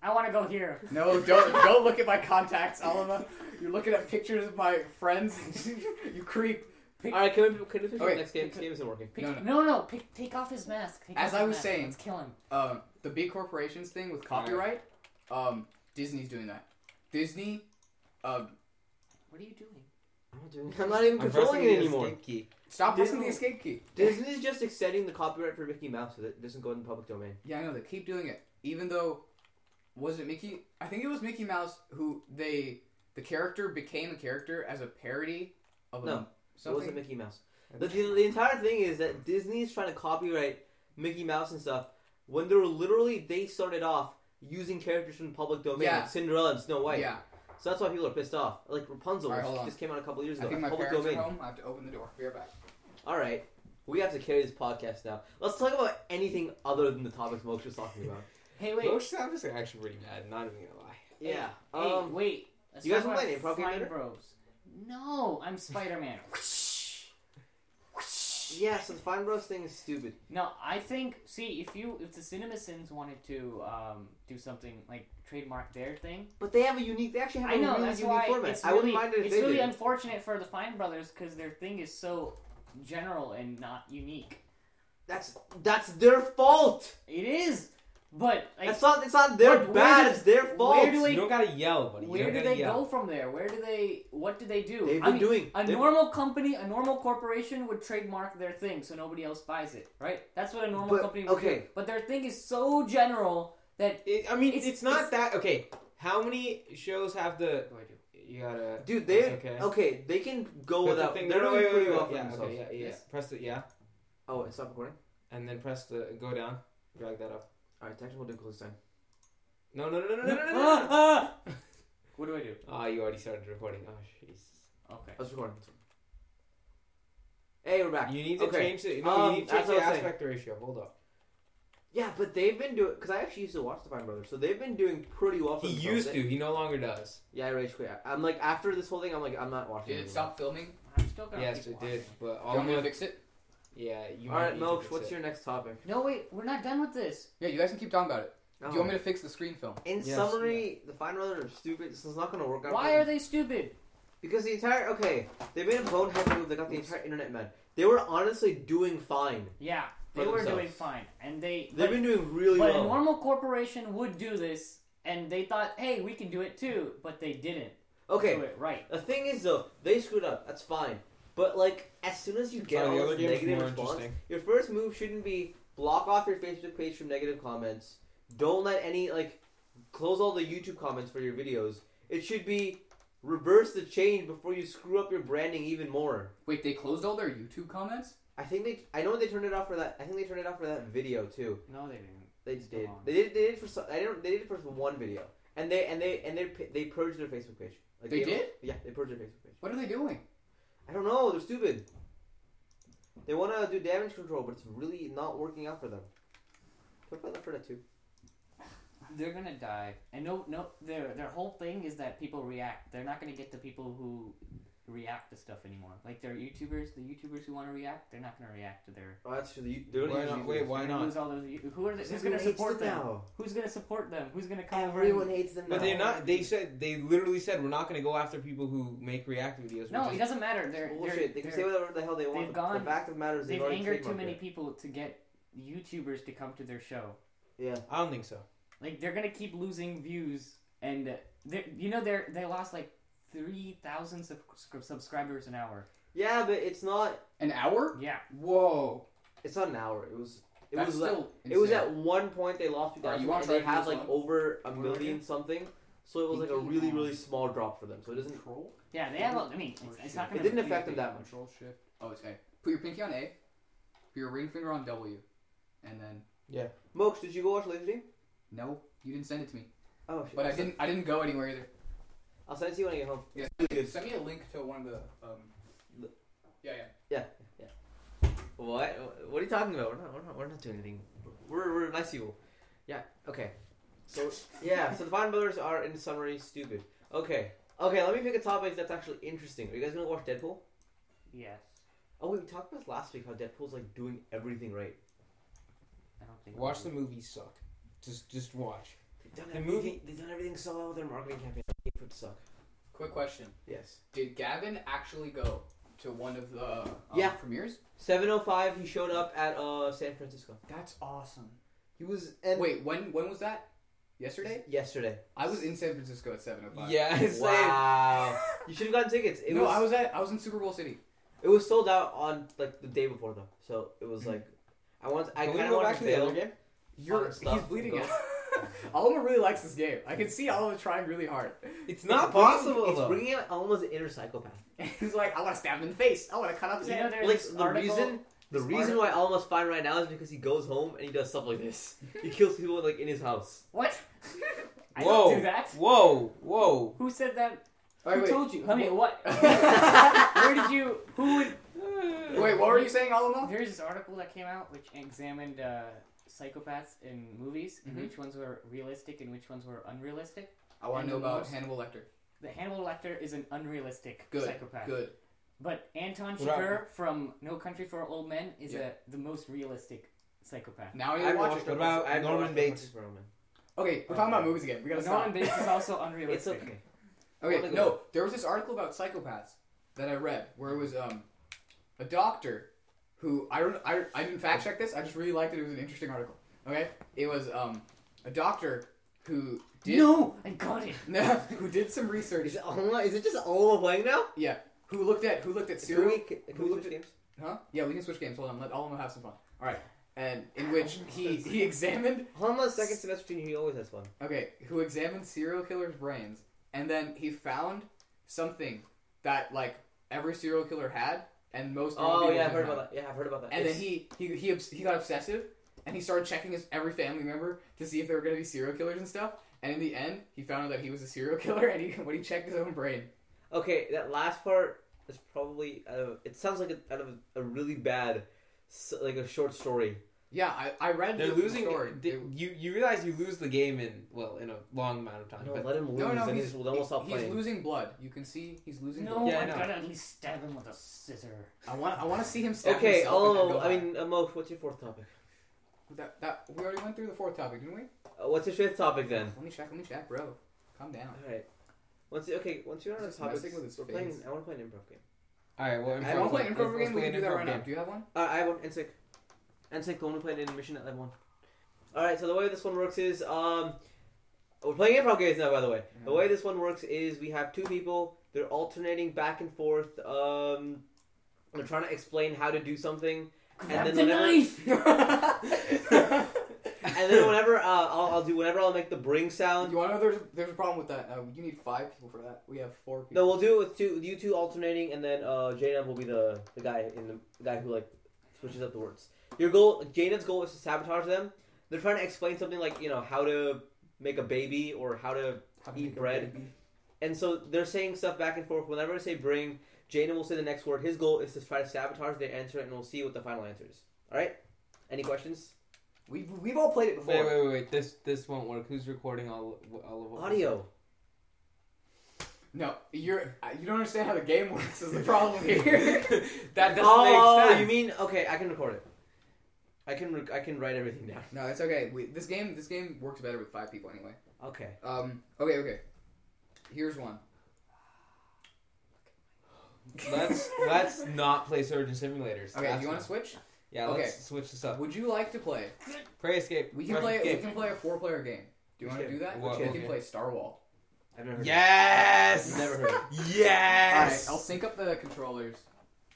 [SPEAKER 5] I want to go here.
[SPEAKER 1] No, don't don't look at my contacts, Alma. You're looking at pictures of my friends. you creep.
[SPEAKER 2] All right, can we can we finish
[SPEAKER 1] Okay.
[SPEAKER 2] the next game? This game isn't working.
[SPEAKER 5] Pick,
[SPEAKER 1] No,
[SPEAKER 5] no,
[SPEAKER 1] no.
[SPEAKER 5] no, pick, take off his mask. Take
[SPEAKER 1] As
[SPEAKER 5] off
[SPEAKER 1] I
[SPEAKER 5] his
[SPEAKER 1] was
[SPEAKER 5] mask.
[SPEAKER 1] saying-
[SPEAKER 5] let's kill him.
[SPEAKER 1] Um, the big corporations thing with copyright. Um, Disney's doing that. Disney. Um,
[SPEAKER 5] What are you doing?
[SPEAKER 2] I'm not, doing, I'm not even
[SPEAKER 3] I'm
[SPEAKER 2] controlling
[SPEAKER 3] pressing
[SPEAKER 2] it
[SPEAKER 3] the
[SPEAKER 2] anymore.
[SPEAKER 3] escape key.
[SPEAKER 1] stop pressing the
[SPEAKER 2] Disney-
[SPEAKER 1] escape key.
[SPEAKER 2] Disney's just extending the copyright for Mickey Mouse so that it doesn't go in the public domain.
[SPEAKER 1] Yeah, I know. They keep doing it, even though was it Mickey? I think it was Mickey Mouse who they the character became a character as a parody of
[SPEAKER 2] No,
[SPEAKER 1] a,
[SPEAKER 2] So it wasn't
[SPEAKER 1] something.
[SPEAKER 2] Mickey Mouse. The, the, the entire thing is that Disney's trying to copyright Mickey Mouse and stuff when they were literally they started off using characters from the public domain,
[SPEAKER 1] Yeah.
[SPEAKER 2] like Cinderella and Snow White.
[SPEAKER 1] Yeah,
[SPEAKER 2] So that's why people are pissed off. Like Rapunzel,
[SPEAKER 1] All right,
[SPEAKER 2] which
[SPEAKER 1] hold on.
[SPEAKER 2] just came out a couple years
[SPEAKER 1] I
[SPEAKER 2] ago.
[SPEAKER 1] think my
[SPEAKER 2] public
[SPEAKER 1] parents
[SPEAKER 2] domain.
[SPEAKER 1] are home. I have to open the door. Be right back.
[SPEAKER 2] All right, we have to carry this podcast now. Let's talk about anything other than the topics Moshe was talking about.
[SPEAKER 5] Hey wait,
[SPEAKER 3] Most topics are actually pretty bad. Not even gonna lie.
[SPEAKER 2] yeah.
[SPEAKER 5] hey
[SPEAKER 2] Um,
[SPEAKER 5] wait. Let's
[SPEAKER 2] you guys
[SPEAKER 5] talk
[SPEAKER 2] wanna play an improv
[SPEAKER 5] about
[SPEAKER 2] game
[SPEAKER 5] Flying
[SPEAKER 2] later?
[SPEAKER 5] Bros. No, I'm Spider Man.
[SPEAKER 2] yeah. So the Fine Bros thing is stupid.
[SPEAKER 5] no, I think. See, if you if the CinemaSins wanted to um, do something like trademark their thing,
[SPEAKER 2] But they have a unique. They actually have
[SPEAKER 5] I know
[SPEAKER 2] a really
[SPEAKER 5] that's
[SPEAKER 2] unique
[SPEAKER 5] why
[SPEAKER 2] format.
[SPEAKER 5] it's
[SPEAKER 2] I
[SPEAKER 5] really
[SPEAKER 2] wouldn't mind it if
[SPEAKER 5] it's
[SPEAKER 2] they
[SPEAKER 5] really
[SPEAKER 2] did.
[SPEAKER 5] unfortunate for the Fine Brothers because their thing is so general and not unique.
[SPEAKER 2] that's that's their fault.
[SPEAKER 5] It is, but like,
[SPEAKER 2] That's not. It's not their
[SPEAKER 5] Where- where
[SPEAKER 2] bad.
[SPEAKER 5] does-
[SPEAKER 2] it's their fault.
[SPEAKER 5] where do
[SPEAKER 3] you
[SPEAKER 5] Wait,
[SPEAKER 3] don't gotta yell, buddy. You
[SPEAKER 5] Where
[SPEAKER 3] don't
[SPEAKER 5] do
[SPEAKER 3] gotta
[SPEAKER 5] they
[SPEAKER 3] yell.
[SPEAKER 5] go from there? Where do they? What do they do?
[SPEAKER 2] They've been
[SPEAKER 5] I mean,
[SPEAKER 2] doing
[SPEAKER 5] a
[SPEAKER 2] they've-
[SPEAKER 5] normal company, a normal corporation would trademark their thing so nobody else buys it, right? That's what a normal
[SPEAKER 2] But-
[SPEAKER 5] company would do.
[SPEAKER 2] okay.
[SPEAKER 5] But their thing is so general that
[SPEAKER 3] It, I mean, it's,
[SPEAKER 5] It's-
[SPEAKER 3] not
[SPEAKER 5] it's-
[SPEAKER 3] that okay. How many shows have the
[SPEAKER 5] what do I do?
[SPEAKER 3] you gotta
[SPEAKER 2] Dude, they
[SPEAKER 3] That's
[SPEAKER 2] okay.
[SPEAKER 3] okay.
[SPEAKER 2] They can go
[SPEAKER 3] But the
[SPEAKER 2] without.
[SPEAKER 3] thing-
[SPEAKER 2] they're
[SPEAKER 3] no,
[SPEAKER 2] doing
[SPEAKER 3] wait, wait,
[SPEAKER 2] pretty
[SPEAKER 3] wait,
[SPEAKER 2] well for
[SPEAKER 3] yeah,
[SPEAKER 2] themselves.
[SPEAKER 3] Okay, yeah, yeah.
[SPEAKER 5] Yes.
[SPEAKER 3] Press the yeah,
[SPEAKER 2] Oh, and stop recording.
[SPEAKER 3] and then press the go down. Drag that up.
[SPEAKER 2] All right, technical difficulties time.
[SPEAKER 3] No, no, no, no, no, no, no,
[SPEAKER 5] Ah,
[SPEAKER 3] no. no.
[SPEAKER 5] ah! What do I do?
[SPEAKER 3] Ah, you already started recording. Oh, jeez.
[SPEAKER 5] Okay.
[SPEAKER 2] I was recording. Hey, we're back.
[SPEAKER 3] You need to
[SPEAKER 2] Okay.
[SPEAKER 3] change the no,
[SPEAKER 2] Um,
[SPEAKER 3] you need to
[SPEAKER 2] that's what
[SPEAKER 3] change the
[SPEAKER 2] I was saying.
[SPEAKER 3] aspect ratio. Hold up.
[SPEAKER 2] Yeah, but they've been doing because I actually used to watch the Fine Brothers, so they've been doing pretty well. For
[SPEAKER 3] He
[SPEAKER 2] themselves.
[SPEAKER 3] used to. He no longer does.
[SPEAKER 2] Yeah, I rage quit. I'm like after this whole thing, I'm like I'm not watching.
[SPEAKER 1] Did it
[SPEAKER 2] anymore.
[SPEAKER 1] stop filming?
[SPEAKER 5] I'm still gonna.
[SPEAKER 3] Yes,
[SPEAKER 5] keep
[SPEAKER 3] it did. But
[SPEAKER 1] Do you
[SPEAKER 3] all
[SPEAKER 1] want me to
[SPEAKER 3] the
[SPEAKER 1] fix it?
[SPEAKER 3] yeah. You
[SPEAKER 2] All right,
[SPEAKER 3] Moch,
[SPEAKER 2] Moksh, what's your next topic?
[SPEAKER 5] watching. No wait, we're not done with this.
[SPEAKER 1] Yeah, you guys can keep talking about it. Do you
[SPEAKER 2] Oh.
[SPEAKER 1] want me to fix the screen film?
[SPEAKER 2] In
[SPEAKER 3] Yes.
[SPEAKER 2] summary, the Fine Brothers are stupid. This is not gonna work out.
[SPEAKER 5] Why are they stupid?
[SPEAKER 2] Because the entire okay, they made a bonehead move. They got the entire internet mad. They were honestly doing fine.
[SPEAKER 5] Yeah, they
[SPEAKER 2] For
[SPEAKER 5] were
[SPEAKER 2] themselves.
[SPEAKER 5] doing fine, and they
[SPEAKER 2] They've
[SPEAKER 5] but-
[SPEAKER 2] been doing really
[SPEAKER 5] But
[SPEAKER 2] well.
[SPEAKER 5] a normal corporation would do this, and they thought, "Hey, we can do it too," but they didn't
[SPEAKER 2] okay,
[SPEAKER 5] do it right.
[SPEAKER 2] The thing is, though, they screwed up. That's fine. But like, as soon as you get
[SPEAKER 3] Sorry, the
[SPEAKER 2] all
[SPEAKER 3] other
[SPEAKER 2] this
[SPEAKER 3] game is
[SPEAKER 2] negative
[SPEAKER 3] more
[SPEAKER 2] response,
[SPEAKER 3] interesting.
[SPEAKER 2] your first move shouldn't be block off your Facebook page from negative comments. Don't let any like close all the YouTube comments for your videos. It should be reverse the change before you screw up your branding even more.
[SPEAKER 1] Wait, they closed all their YouTube comments?
[SPEAKER 2] I think they. I know they turned it off for that. I think they turned it off for that video too.
[SPEAKER 5] No, they didn't.
[SPEAKER 2] They
[SPEAKER 5] It's
[SPEAKER 2] did.
[SPEAKER 5] gone.
[SPEAKER 2] They did. They did for. Some, I don't. They did it for one video, and they and they and they they purged their Facebook page. Like
[SPEAKER 1] They
[SPEAKER 2] don't-
[SPEAKER 1] did?
[SPEAKER 2] Yeah, they purged their Facebook page.
[SPEAKER 1] What are they doing?
[SPEAKER 2] I don't know. They're stupid. They want to do damage control, but it's really not working out for them. Talk about that for that too.
[SPEAKER 5] They're gonna die, and no, no, their their whole thing is that people react. They're not gonna get the people who react to stuff anymore. Like their YouTubers, the YouTubers who want to react, they're not gonna react to their.
[SPEAKER 2] Oh, that's true. They don't
[SPEAKER 3] Why
[SPEAKER 2] use
[SPEAKER 3] not?
[SPEAKER 2] YouTube.
[SPEAKER 3] Wait, why
[SPEAKER 5] they're gonna
[SPEAKER 3] not?
[SPEAKER 5] Lose all those. you- Who are they, who's
[SPEAKER 2] Everyone
[SPEAKER 5] gonna
[SPEAKER 2] hates
[SPEAKER 5] support
[SPEAKER 2] them
[SPEAKER 5] them?
[SPEAKER 2] now.
[SPEAKER 5] Who's gonna support them? Who's gonna cover?
[SPEAKER 2] Everyone
[SPEAKER 5] and-
[SPEAKER 2] hates them now.
[SPEAKER 3] But they're not. They said they literally said we're not going to go after people who make react videos.
[SPEAKER 5] No,
[SPEAKER 3] which
[SPEAKER 5] it
[SPEAKER 3] is-
[SPEAKER 5] doesn't matter. They're, they're,
[SPEAKER 2] Bullshit. They can
[SPEAKER 5] they're-
[SPEAKER 2] say whatever the hell they want.
[SPEAKER 5] they've gone-
[SPEAKER 2] the fact of the matter is
[SPEAKER 5] they've
[SPEAKER 2] already
[SPEAKER 5] angered too
[SPEAKER 2] trademarked
[SPEAKER 5] many
[SPEAKER 2] it.
[SPEAKER 5] people to get YouTubers to come to their show.
[SPEAKER 2] Yeah.
[SPEAKER 3] I don't think so.
[SPEAKER 5] Like they're gonna keep losing views, and uh, they're you know they're they lost like three thousand subscri- subscribers an hour.
[SPEAKER 2] Yeah, but it's not.
[SPEAKER 1] An hour?
[SPEAKER 5] Yeah,
[SPEAKER 1] Whoa.
[SPEAKER 2] It's not an hour. It was. It
[SPEAKER 1] That's
[SPEAKER 2] was. like-
[SPEAKER 1] still
[SPEAKER 2] It was
[SPEAKER 1] insane.
[SPEAKER 2] at one point they lost two
[SPEAKER 1] Alright,
[SPEAKER 2] thousand,
[SPEAKER 1] you wanna
[SPEAKER 2] and
[SPEAKER 1] try
[SPEAKER 2] they
[SPEAKER 1] to do
[SPEAKER 2] had
[SPEAKER 1] this
[SPEAKER 2] like
[SPEAKER 1] one?
[SPEAKER 2] over a
[SPEAKER 1] What do I
[SPEAKER 2] million
[SPEAKER 1] do?
[SPEAKER 2] something. So it was like a
[SPEAKER 1] Pinky
[SPEAKER 2] really
[SPEAKER 1] on.
[SPEAKER 2] really small drop for them. So it doesn't.
[SPEAKER 1] Control?
[SPEAKER 5] yeah. They have. a- I mean, it's, it's
[SPEAKER 2] It
[SPEAKER 5] not gonna.
[SPEAKER 2] didn't
[SPEAKER 5] be-
[SPEAKER 2] affect them that much.
[SPEAKER 1] Control shift. Oh, it's A. Put your pinky on A. Put your ring finger on W. And then
[SPEAKER 2] Mokes, did you go watch Laser Team?
[SPEAKER 1] no, you didn't send it to me.
[SPEAKER 2] Oh shit!
[SPEAKER 1] But I
[SPEAKER 2] I'll send-
[SPEAKER 1] didn't I didn't go anywhere either.
[SPEAKER 2] I'll send it to you when I get home.
[SPEAKER 1] Yeah.
[SPEAKER 2] It's really good.
[SPEAKER 1] Send me a link to one of the um
[SPEAKER 2] The-
[SPEAKER 1] Yeah, yeah.
[SPEAKER 2] What? What are you talking about? We're not. We're not. We're not doing anything. We're we're nice people. Yeah. Okay. So yeah. So the Bond brothers are in summary stupid. Okay. Okay. Let me pick a topic that's actually interesting. Are you guys gonna watch Deadpool?
[SPEAKER 5] Yes,
[SPEAKER 2] Oh, wait, we talked about this last week. How Deadpool's like doing everything right.
[SPEAKER 5] I don't think.
[SPEAKER 3] Watch the movies suck. Just just watch.
[SPEAKER 2] They've done
[SPEAKER 3] The
[SPEAKER 2] everything-
[SPEAKER 3] movie-
[SPEAKER 2] They've done everything so well with their marketing campaign. It would suck.
[SPEAKER 1] Quick question.
[SPEAKER 2] Yes.
[SPEAKER 1] Did Gavin actually go to one of the um,
[SPEAKER 2] Yeah.
[SPEAKER 1] premieres?
[SPEAKER 2] Seven oh five. He showed up at uh San Francisco.
[SPEAKER 1] That's awesome.
[SPEAKER 2] He was and
[SPEAKER 1] Wait, when when was that? Yesterday?
[SPEAKER 2] Yesterday.
[SPEAKER 1] I was in San Francisco at seven oh five.
[SPEAKER 3] Yeah. same.
[SPEAKER 2] Wow. you should have gotten tickets. It
[SPEAKER 1] no,
[SPEAKER 2] was,
[SPEAKER 1] I was at I was in Super Bowl City.
[SPEAKER 2] It was sold out on like the day before though. So it was like, I want. I
[SPEAKER 3] Can we
[SPEAKER 2] kind of
[SPEAKER 3] go
[SPEAKER 2] want
[SPEAKER 3] back
[SPEAKER 2] to
[SPEAKER 3] to the other
[SPEAKER 2] bail.
[SPEAKER 3] game?
[SPEAKER 1] You're
[SPEAKER 2] Fun stuff.
[SPEAKER 1] he's bleeding
[SPEAKER 2] Go.
[SPEAKER 1] out. Alma really likes this game. I can see Alma trying really hard.
[SPEAKER 3] It's
[SPEAKER 2] It's bringing- It's bringing out almost an inner psychopath.
[SPEAKER 1] he's like, I want to stab him in the face. I want to cut off his
[SPEAKER 5] You know,
[SPEAKER 1] head.
[SPEAKER 5] there's
[SPEAKER 2] like
[SPEAKER 5] this
[SPEAKER 2] the
[SPEAKER 5] article-
[SPEAKER 2] reason the
[SPEAKER 1] this
[SPEAKER 2] reason why Alma's fine right now is because he goes home and he does stuff like this. he kills people like in his house.
[SPEAKER 5] What? I
[SPEAKER 3] whoa,
[SPEAKER 5] don't do that.
[SPEAKER 3] whoa, whoa.
[SPEAKER 5] Who said that?
[SPEAKER 1] All right,
[SPEAKER 5] who
[SPEAKER 1] wait.
[SPEAKER 5] told you? I mean, what? Where
[SPEAKER 1] Where
[SPEAKER 5] did you? Who would?
[SPEAKER 1] Wait, what were you saying, Alamo?
[SPEAKER 5] There's this article that came out which examined uh, psychopaths in movies and
[SPEAKER 1] Mhm.
[SPEAKER 5] which ones were realistic and which ones were unrealistic.
[SPEAKER 1] I want
[SPEAKER 5] And
[SPEAKER 1] to know
[SPEAKER 5] the
[SPEAKER 1] about
[SPEAKER 5] most-
[SPEAKER 1] Hannibal Lecter.
[SPEAKER 5] The Hannibal Lecter is an unrealistic
[SPEAKER 1] Good,
[SPEAKER 5] psychopath.
[SPEAKER 1] good.
[SPEAKER 5] But Anton
[SPEAKER 3] What about-
[SPEAKER 5] Chigurh from No Country for Old Men is
[SPEAKER 1] Yeah.
[SPEAKER 5] a, the most realistic psychopath.
[SPEAKER 1] Now I need
[SPEAKER 2] I've
[SPEAKER 1] to watch
[SPEAKER 2] watched
[SPEAKER 1] it.
[SPEAKER 3] What about
[SPEAKER 2] I've
[SPEAKER 3] Norman
[SPEAKER 2] watched
[SPEAKER 3] Bates?
[SPEAKER 2] Hunter Brown, man.
[SPEAKER 1] Okay, we're talking about movies again. We gotta stop.
[SPEAKER 5] Norman Bates is also
[SPEAKER 2] It's
[SPEAKER 5] unrealistic.
[SPEAKER 2] okay.
[SPEAKER 1] Okay,
[SPEAKER 2] Wanna go.
[SPEAKER 1] no, there was this article about psychopaths that I read where it was um a doctor who I don't I, I didn't fact check this. I just really liked it. It was an interesting article. Okay, it was um a doctor who did
[SPEAKER 5] No, I got it.
[SPEAKER 1] who did some research.
[SPEAKER 2] Is it Alma? Is it just Alma playing now?
[SPEAKER 1] Yeah, who looked at who looked at
[SPEAKER 2] Can
[SPEAKER 1] serial
[SPEAKER 2] we, can
[SPEAKER 1] who
[SPEAKER 2] we switch
[SPEAKER 1] looked at-
[SPEAKER 2] games?
[SPEAKER 1] Huh? Yeah, we can switch games. Hold on, let all of them have some fun. All right, and in which he he examined
[SPEAKER 2] Alma's second semester junior. He always has fun.
[SPEAKER 1] okay who examined serial killers' brains, and then he found something that like every serial killer had, and most normal
[SPEAKER 2] Oh
[SPEAKER 1] people
[SPEAKER 2] yeah, I've
[SPEAKER 1] didn't
[SPEAKER 2] heard
[SPEAKER 1] have.
[SPEAKER 2] about that. Yeah, I've heard about that.
[SPEAKER 1] And then
[SPEAKER 2] It's-
[SPEAKER 1] he he he, obs- he got obsessive, and he started checking his every family member to see if they were gonna be serial killers and stuff. And in the end, he found out that he was a serial killer, and he when he checked his own brain,
[SPEAKER 2] Okay, that last part is probably out of. It sounds like a, out of a really bad, s- like a short story.
[SPEAKER 1] yeah, I, I read
[SPEAKER 3] They're
[SPEAKER 1] the
[SPEAKER 3] losing.
[SPEAKER 1] story.
[SPEAKER 3] di- you you realize you lose the game in well in a long amount of time.
[SPEAKER 2] No,
[SPEAKER 3] but
[SPEAKER 2] let him lose,
[SPEAKER 1] no, no,
[SPEAKER 2] and
[SPEAKER 1] he's,
[SPEAKER 2] he's, then we'll stop
[SPEAKER 1] he's
[SPEAKER 2] playing.
[SPEAKER 1] losing blood. You can see he's losing. blood.
[SPEAKER 5] No,
[SPEAKER 3] Yeah, I
[SPEAKER 5] I
[SPEAKER 3] know.
[SPEAKER 5] gotta at least stab him with a scissor.
[SPEAKER 1] I want I want to see him stab
[SPEAKER 2] Okay,
[SPEAKER 1] himself. and then
[SPEAKER 2] oh,
[SPEAKER 1] go
[SPEAKER 2] I
[SPEAKER 1] back.
[SPEAKER 2] mean, uh, Mokes, what's your fourth topic?
[SPEAKER 1] that, that we already went through the fourth topic, didn't we?
[SPEAKER 2] Uh, what's your fifth topic then?
[SPEAKER 1] Let me check. Let me check, bro. Calm down.
[SPEAKER 2] All right. Once you, okay, once you're on a
[SPEAKER 1] Just
[SPEAKER 2] topic,
[SPEAKER 1] messing with his
[SPEAKER 2] we're playing.
[SPEAKER 1] face.
[SPEAKER 2] I want to play an improv game.
[SPEAKER 3] all right. Well,
[SPEAKER 1] I
[SPEAKER 2] I
[SPEAKER 1] want to
[SPEAKER 2] don't
[SPEAKER 1] play
[SPEAKER 3] let's-
[SPEAKER 1] an improv
[SPEAKER 3] let's
[SPEAKER 1] game. We can
[SPEAKER 3] play
[SPEAKER 1] do
[SPEAKER 3] an
[SPEAKER 1] that
[SPEAKER 3] improv
[SPEAKER 1] right now.
[SPEAKER 3] game.
[SPEAKER 1] Do you have one?
[SPEAKER 2] Uh, I have one. NSYNC. NSYNC, the one who played an intermission at Lab 1. Alright, so the way this one works is, um... We're playing improv games now, by the way. The way this one works is we have two people. They're alternating back and forth. Um, they're trying to explain how to do something.
[SPEAKER 5] Grab
[SPEAKER 2] then
[SPEAKER 5] the
[SPEAKER 2] whenever-
[SPEAKER 5] knife.
[SPEAKER 2] and then whenever uh, I'll, I'll do whenever I'll make the bring sound.
[SPEAKER 1] You want to know there's there's a problem with that? Uh, you need five people for that. We have four people.
[SPEAKER 2] No, we'll do it with two, you two alternating, and then uh, Jaden will be the, the guy in the, the guy who like switches up the words. Your goal, Jaden's goal is to sabotage them. They're trying to explain something like you know how to make a baby or how to
[SPEAKER 1] Have
[SPEAKER 2] eat bread. And so they're saying stuff back and forth. Whenever I say bring, Jaden will say the next word. His goal is to try to sabotage their answer, and we'll see what the final answer is. All right? Any questions?
[SPEAKER 1] We we've all played it before.
[SPEAKER 3] Wait, wait, wait, wait. This this won't work. Who's recording all all of what we
[SPEAKER 2] Audio.
[SPEAKER 1] No, you're uh, you don't understand how the game works. Is the problem here?
[SPEAKER 3] said? that doesn't
[SPEAKER 2] oh,
[SPEAKER 3] make sense.
[SPEAKER 2] you mean okay? I can record it. I can rec I can write everything down.
[SPEAKER 1] no, it's okay. We, this game this game works better with five people anyway.
[SPEAKER 2] Okay.
[SPEAKER 1] Um. Okay. Okay. Here's one.
[SPEAKER 3] let's let's not play Surgeon Simulators.
[SPEAKER 1] Okay.
[SPEAKER 3] That's
[SPEAKER 1] Do you want to
[SPEAKER 3] not-
[SPEAKER 1] switch?
[SPEAKER 3] Yeah,
[SPEAKER 1] okay.
[SPEAKER 3] let's switch this up.
[SPEAKER 1] Would you like to play?
[SPEAKER 3] Prey escape.
[SPEAKER 1] We can
[SPEAKER 3] Prey
[SPEAKER 1] play.
[SPEAKER 3] escape.
[SPEAKER 1] We can play a four-player game. Do you want to
[SPEAKER 2] Okay.
[SPEAKER 1] do that?
[SPEAKER 3] Wha-
[SPEAKER 1] we
[SPEAKER 3] okay.
[SPEAKER 1] can play Starwall.
[SPEAKER 2] I've never heard.
[SPEAKER 3] Yes.
[SPEAKER 2] Of it. Never heard. Of it.
[SPEAKER 3] Yes.
[SPEAKER 1] All right. I'll sync up the controllers.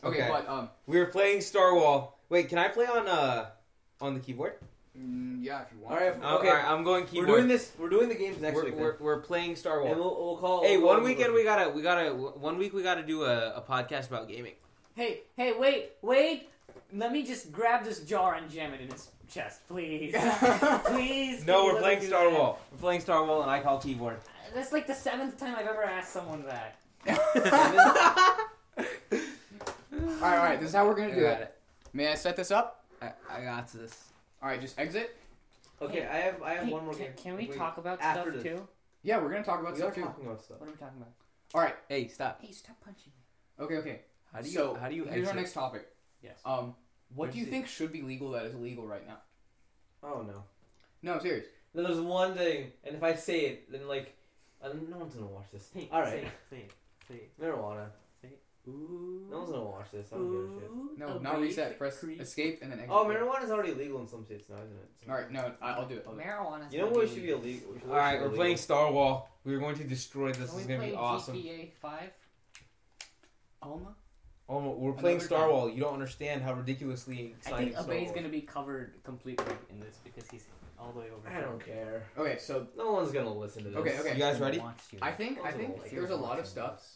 [SPEAKER 1] Okay.
[SPEAKER 3] Okay.
[SPEAKER 1] But um.
[SPEAKER 3] we were playing Star Wall. Wait, can I play on uh on the keyboard?
[SPEAKER 1] mm, Yeah, if you want.
[SPEAKER 2] All right.
[SPEAKER 3] I'm-
[SPEAKER 2] Okay.
[SPEAKER 3] all right, I'm going
[SPEAKER 2] We're
[SPEAKER 3] keyboard.
[SPEAKER 2] doing this. We're doing the games next
[SPEAKER 3] We're,
[SPEAKER 2] week. then.
[SPEAKER 3] we're, we're playing Star
[SPEAKER 2] and
[SPEAKER 3] Wars.
[SPEAKER 2] we'll, we'll call.
[SPEAKER 3] Hey,
[SPEAKER 2] we'll
[SPEAKER 3] one
[SPEAKER 2] call-
[SPEAKER 3] weekend we gotta we gotta one week we gotta do a, a podcast about gaming.
[SPEAKER 5] Hey, hey, wait, wait. Let me just grab this jar and jam it in his chest, please. please. can
[SPEAKER 3] No,
[SPEAKER 5] you
[SPEAKER 3] we're
[SPEAKER 5] let
[SPEAKER 3] playing
[SPEAKER 5] me do
[SPEAKER 3] Star
[SPEAKER 5] that?
[SPEAKER 3] Wall. We're playing Star Wall, and I call keyboard.
[SPEAKER 5] That's like the seventh time I've ever asked someone that.
[SPEAKER 1] all right. All right. This is how we're gonna do
[SPEAKER 3] got
[SPEAKER 1] it. May I set this up?
[SPEAKER 3] I, I got this.
[SPEAKER 1] All right. Just exit.
[SPEAKER 2] Okay, I have I have
[SPEAKER 5] Hey,
[SPEAKER 2] one more
[SPEAKER 5] can,
[SPEAKER 2] game.
[SPEAKER 5] Can we
[SPEAKER 2] Wait.
[SPEAKER 5] talk about
[SPEAKER 2] after this.
[SPEAKER 5] stuff too?
[SPEAKER 1] Yeah, we're gonna talk about
[SPEAKER 2] We are
[SPEAKER 1] stuff too.
[SPEAKER 2] talking about stuff.
[SPEAKER 5] What are we talking about?
[SPEAKER 1] All right.
[SPEAKER 3] Hey, stop.
[SPEAKER 5] Hey, stop punching me.
[SPEAKER 1] Okay. Okay.
[SPEAKER 3] How do you
[SPEAKER 1] so,
[SPEAKER 3] how do you
[SPEAKER 1] Here's our
[SPEAKER 3] exit?
[SPEAKER 1] next topic.
[SPEAKER 5] Yes.
[SPEAKER 1] Um, what do you
[SPEAKER 5] Proceed.
[SPEAKER 1] think should be legal that is illegal right now?
[SPEAKER 2] Oh no.
[SPEAKER 1] No, I'm serious.
[SPEAKER 2] No, there's one thing, and if I say it, then like, I don't- no one's gonna watch this.
[SPEAKER 5] Hey,
[SPEAKER 2] All
[SPEAKER 5] say
[SPEAKER 2] right,
[SPEAKER 5] it, say it, say it.
[SPEAKER 2] marijuana.
[SPEAKER 5] Ooh.
[SPEAKER 2] No one's gonna watch this. I don't give a shit.
[SPEAKER 5] Ooh,
[SPEAKER 1] No,
[SPEAKER 5] a
[SPEAKER 1] not
[SPEAKER 5] brief
[SPEAKER 1] reset. Press
[SPEAKER 5] creep.
[SPEAKER 1] escape and then exit.
[SPEAKER 2] Oh, marijuana is already legal in some states now, isn't it? So-
[SPEAKER 1] All right. No, I- I'll do it. I'll do it.
[SPEAKER 5] Marijuana.
[SPEAKER 2] You know what should be illegal?
[SPEAKER 3] All right, we're playing Star Wall. We're going to destroy this.
[SPEAKER 5] Can
[SPEAKER 3] This
[SPEAKER 5] we
[SPEAKER 3] is gonna
[SPEAKER 5] play
[SPEAKER 3] be awesome.
[SPEAKER 5] GTA 5?
[SPEAKER 1] Alma.
[SPEAKER 3] Oh, we're playing
[SPEAKER 1] Another
[SPEAKER 3] Star
[SPEAKER 1] time.
[SPEAKER 3] Wall. You don't understand how ridiculously
[SPEAKER 5] I
[SPEAKER 3] exciting.
[SPEAKER 5] think
[SPEAKER 3] Star
[SPEAKER 5] Abay's
[SPEAKER 3] Wall
[SPEAKER 5] gonna be covered completely in this because he's all the way over.
[SPEAKER 2] I don't care.
[SPEAKER 1] Okay. So
[SPEAKER 2] No one's gonna listen to this.
[SPEAKER 1] Okay, okay.
[SPEAKER 3] You guys ready?
[SPEAKER 1] I think I think
[SPEAKER 2] Like,
[SPEAKER 1] there's a lot of stuff
[SPEAKER 5] stuff.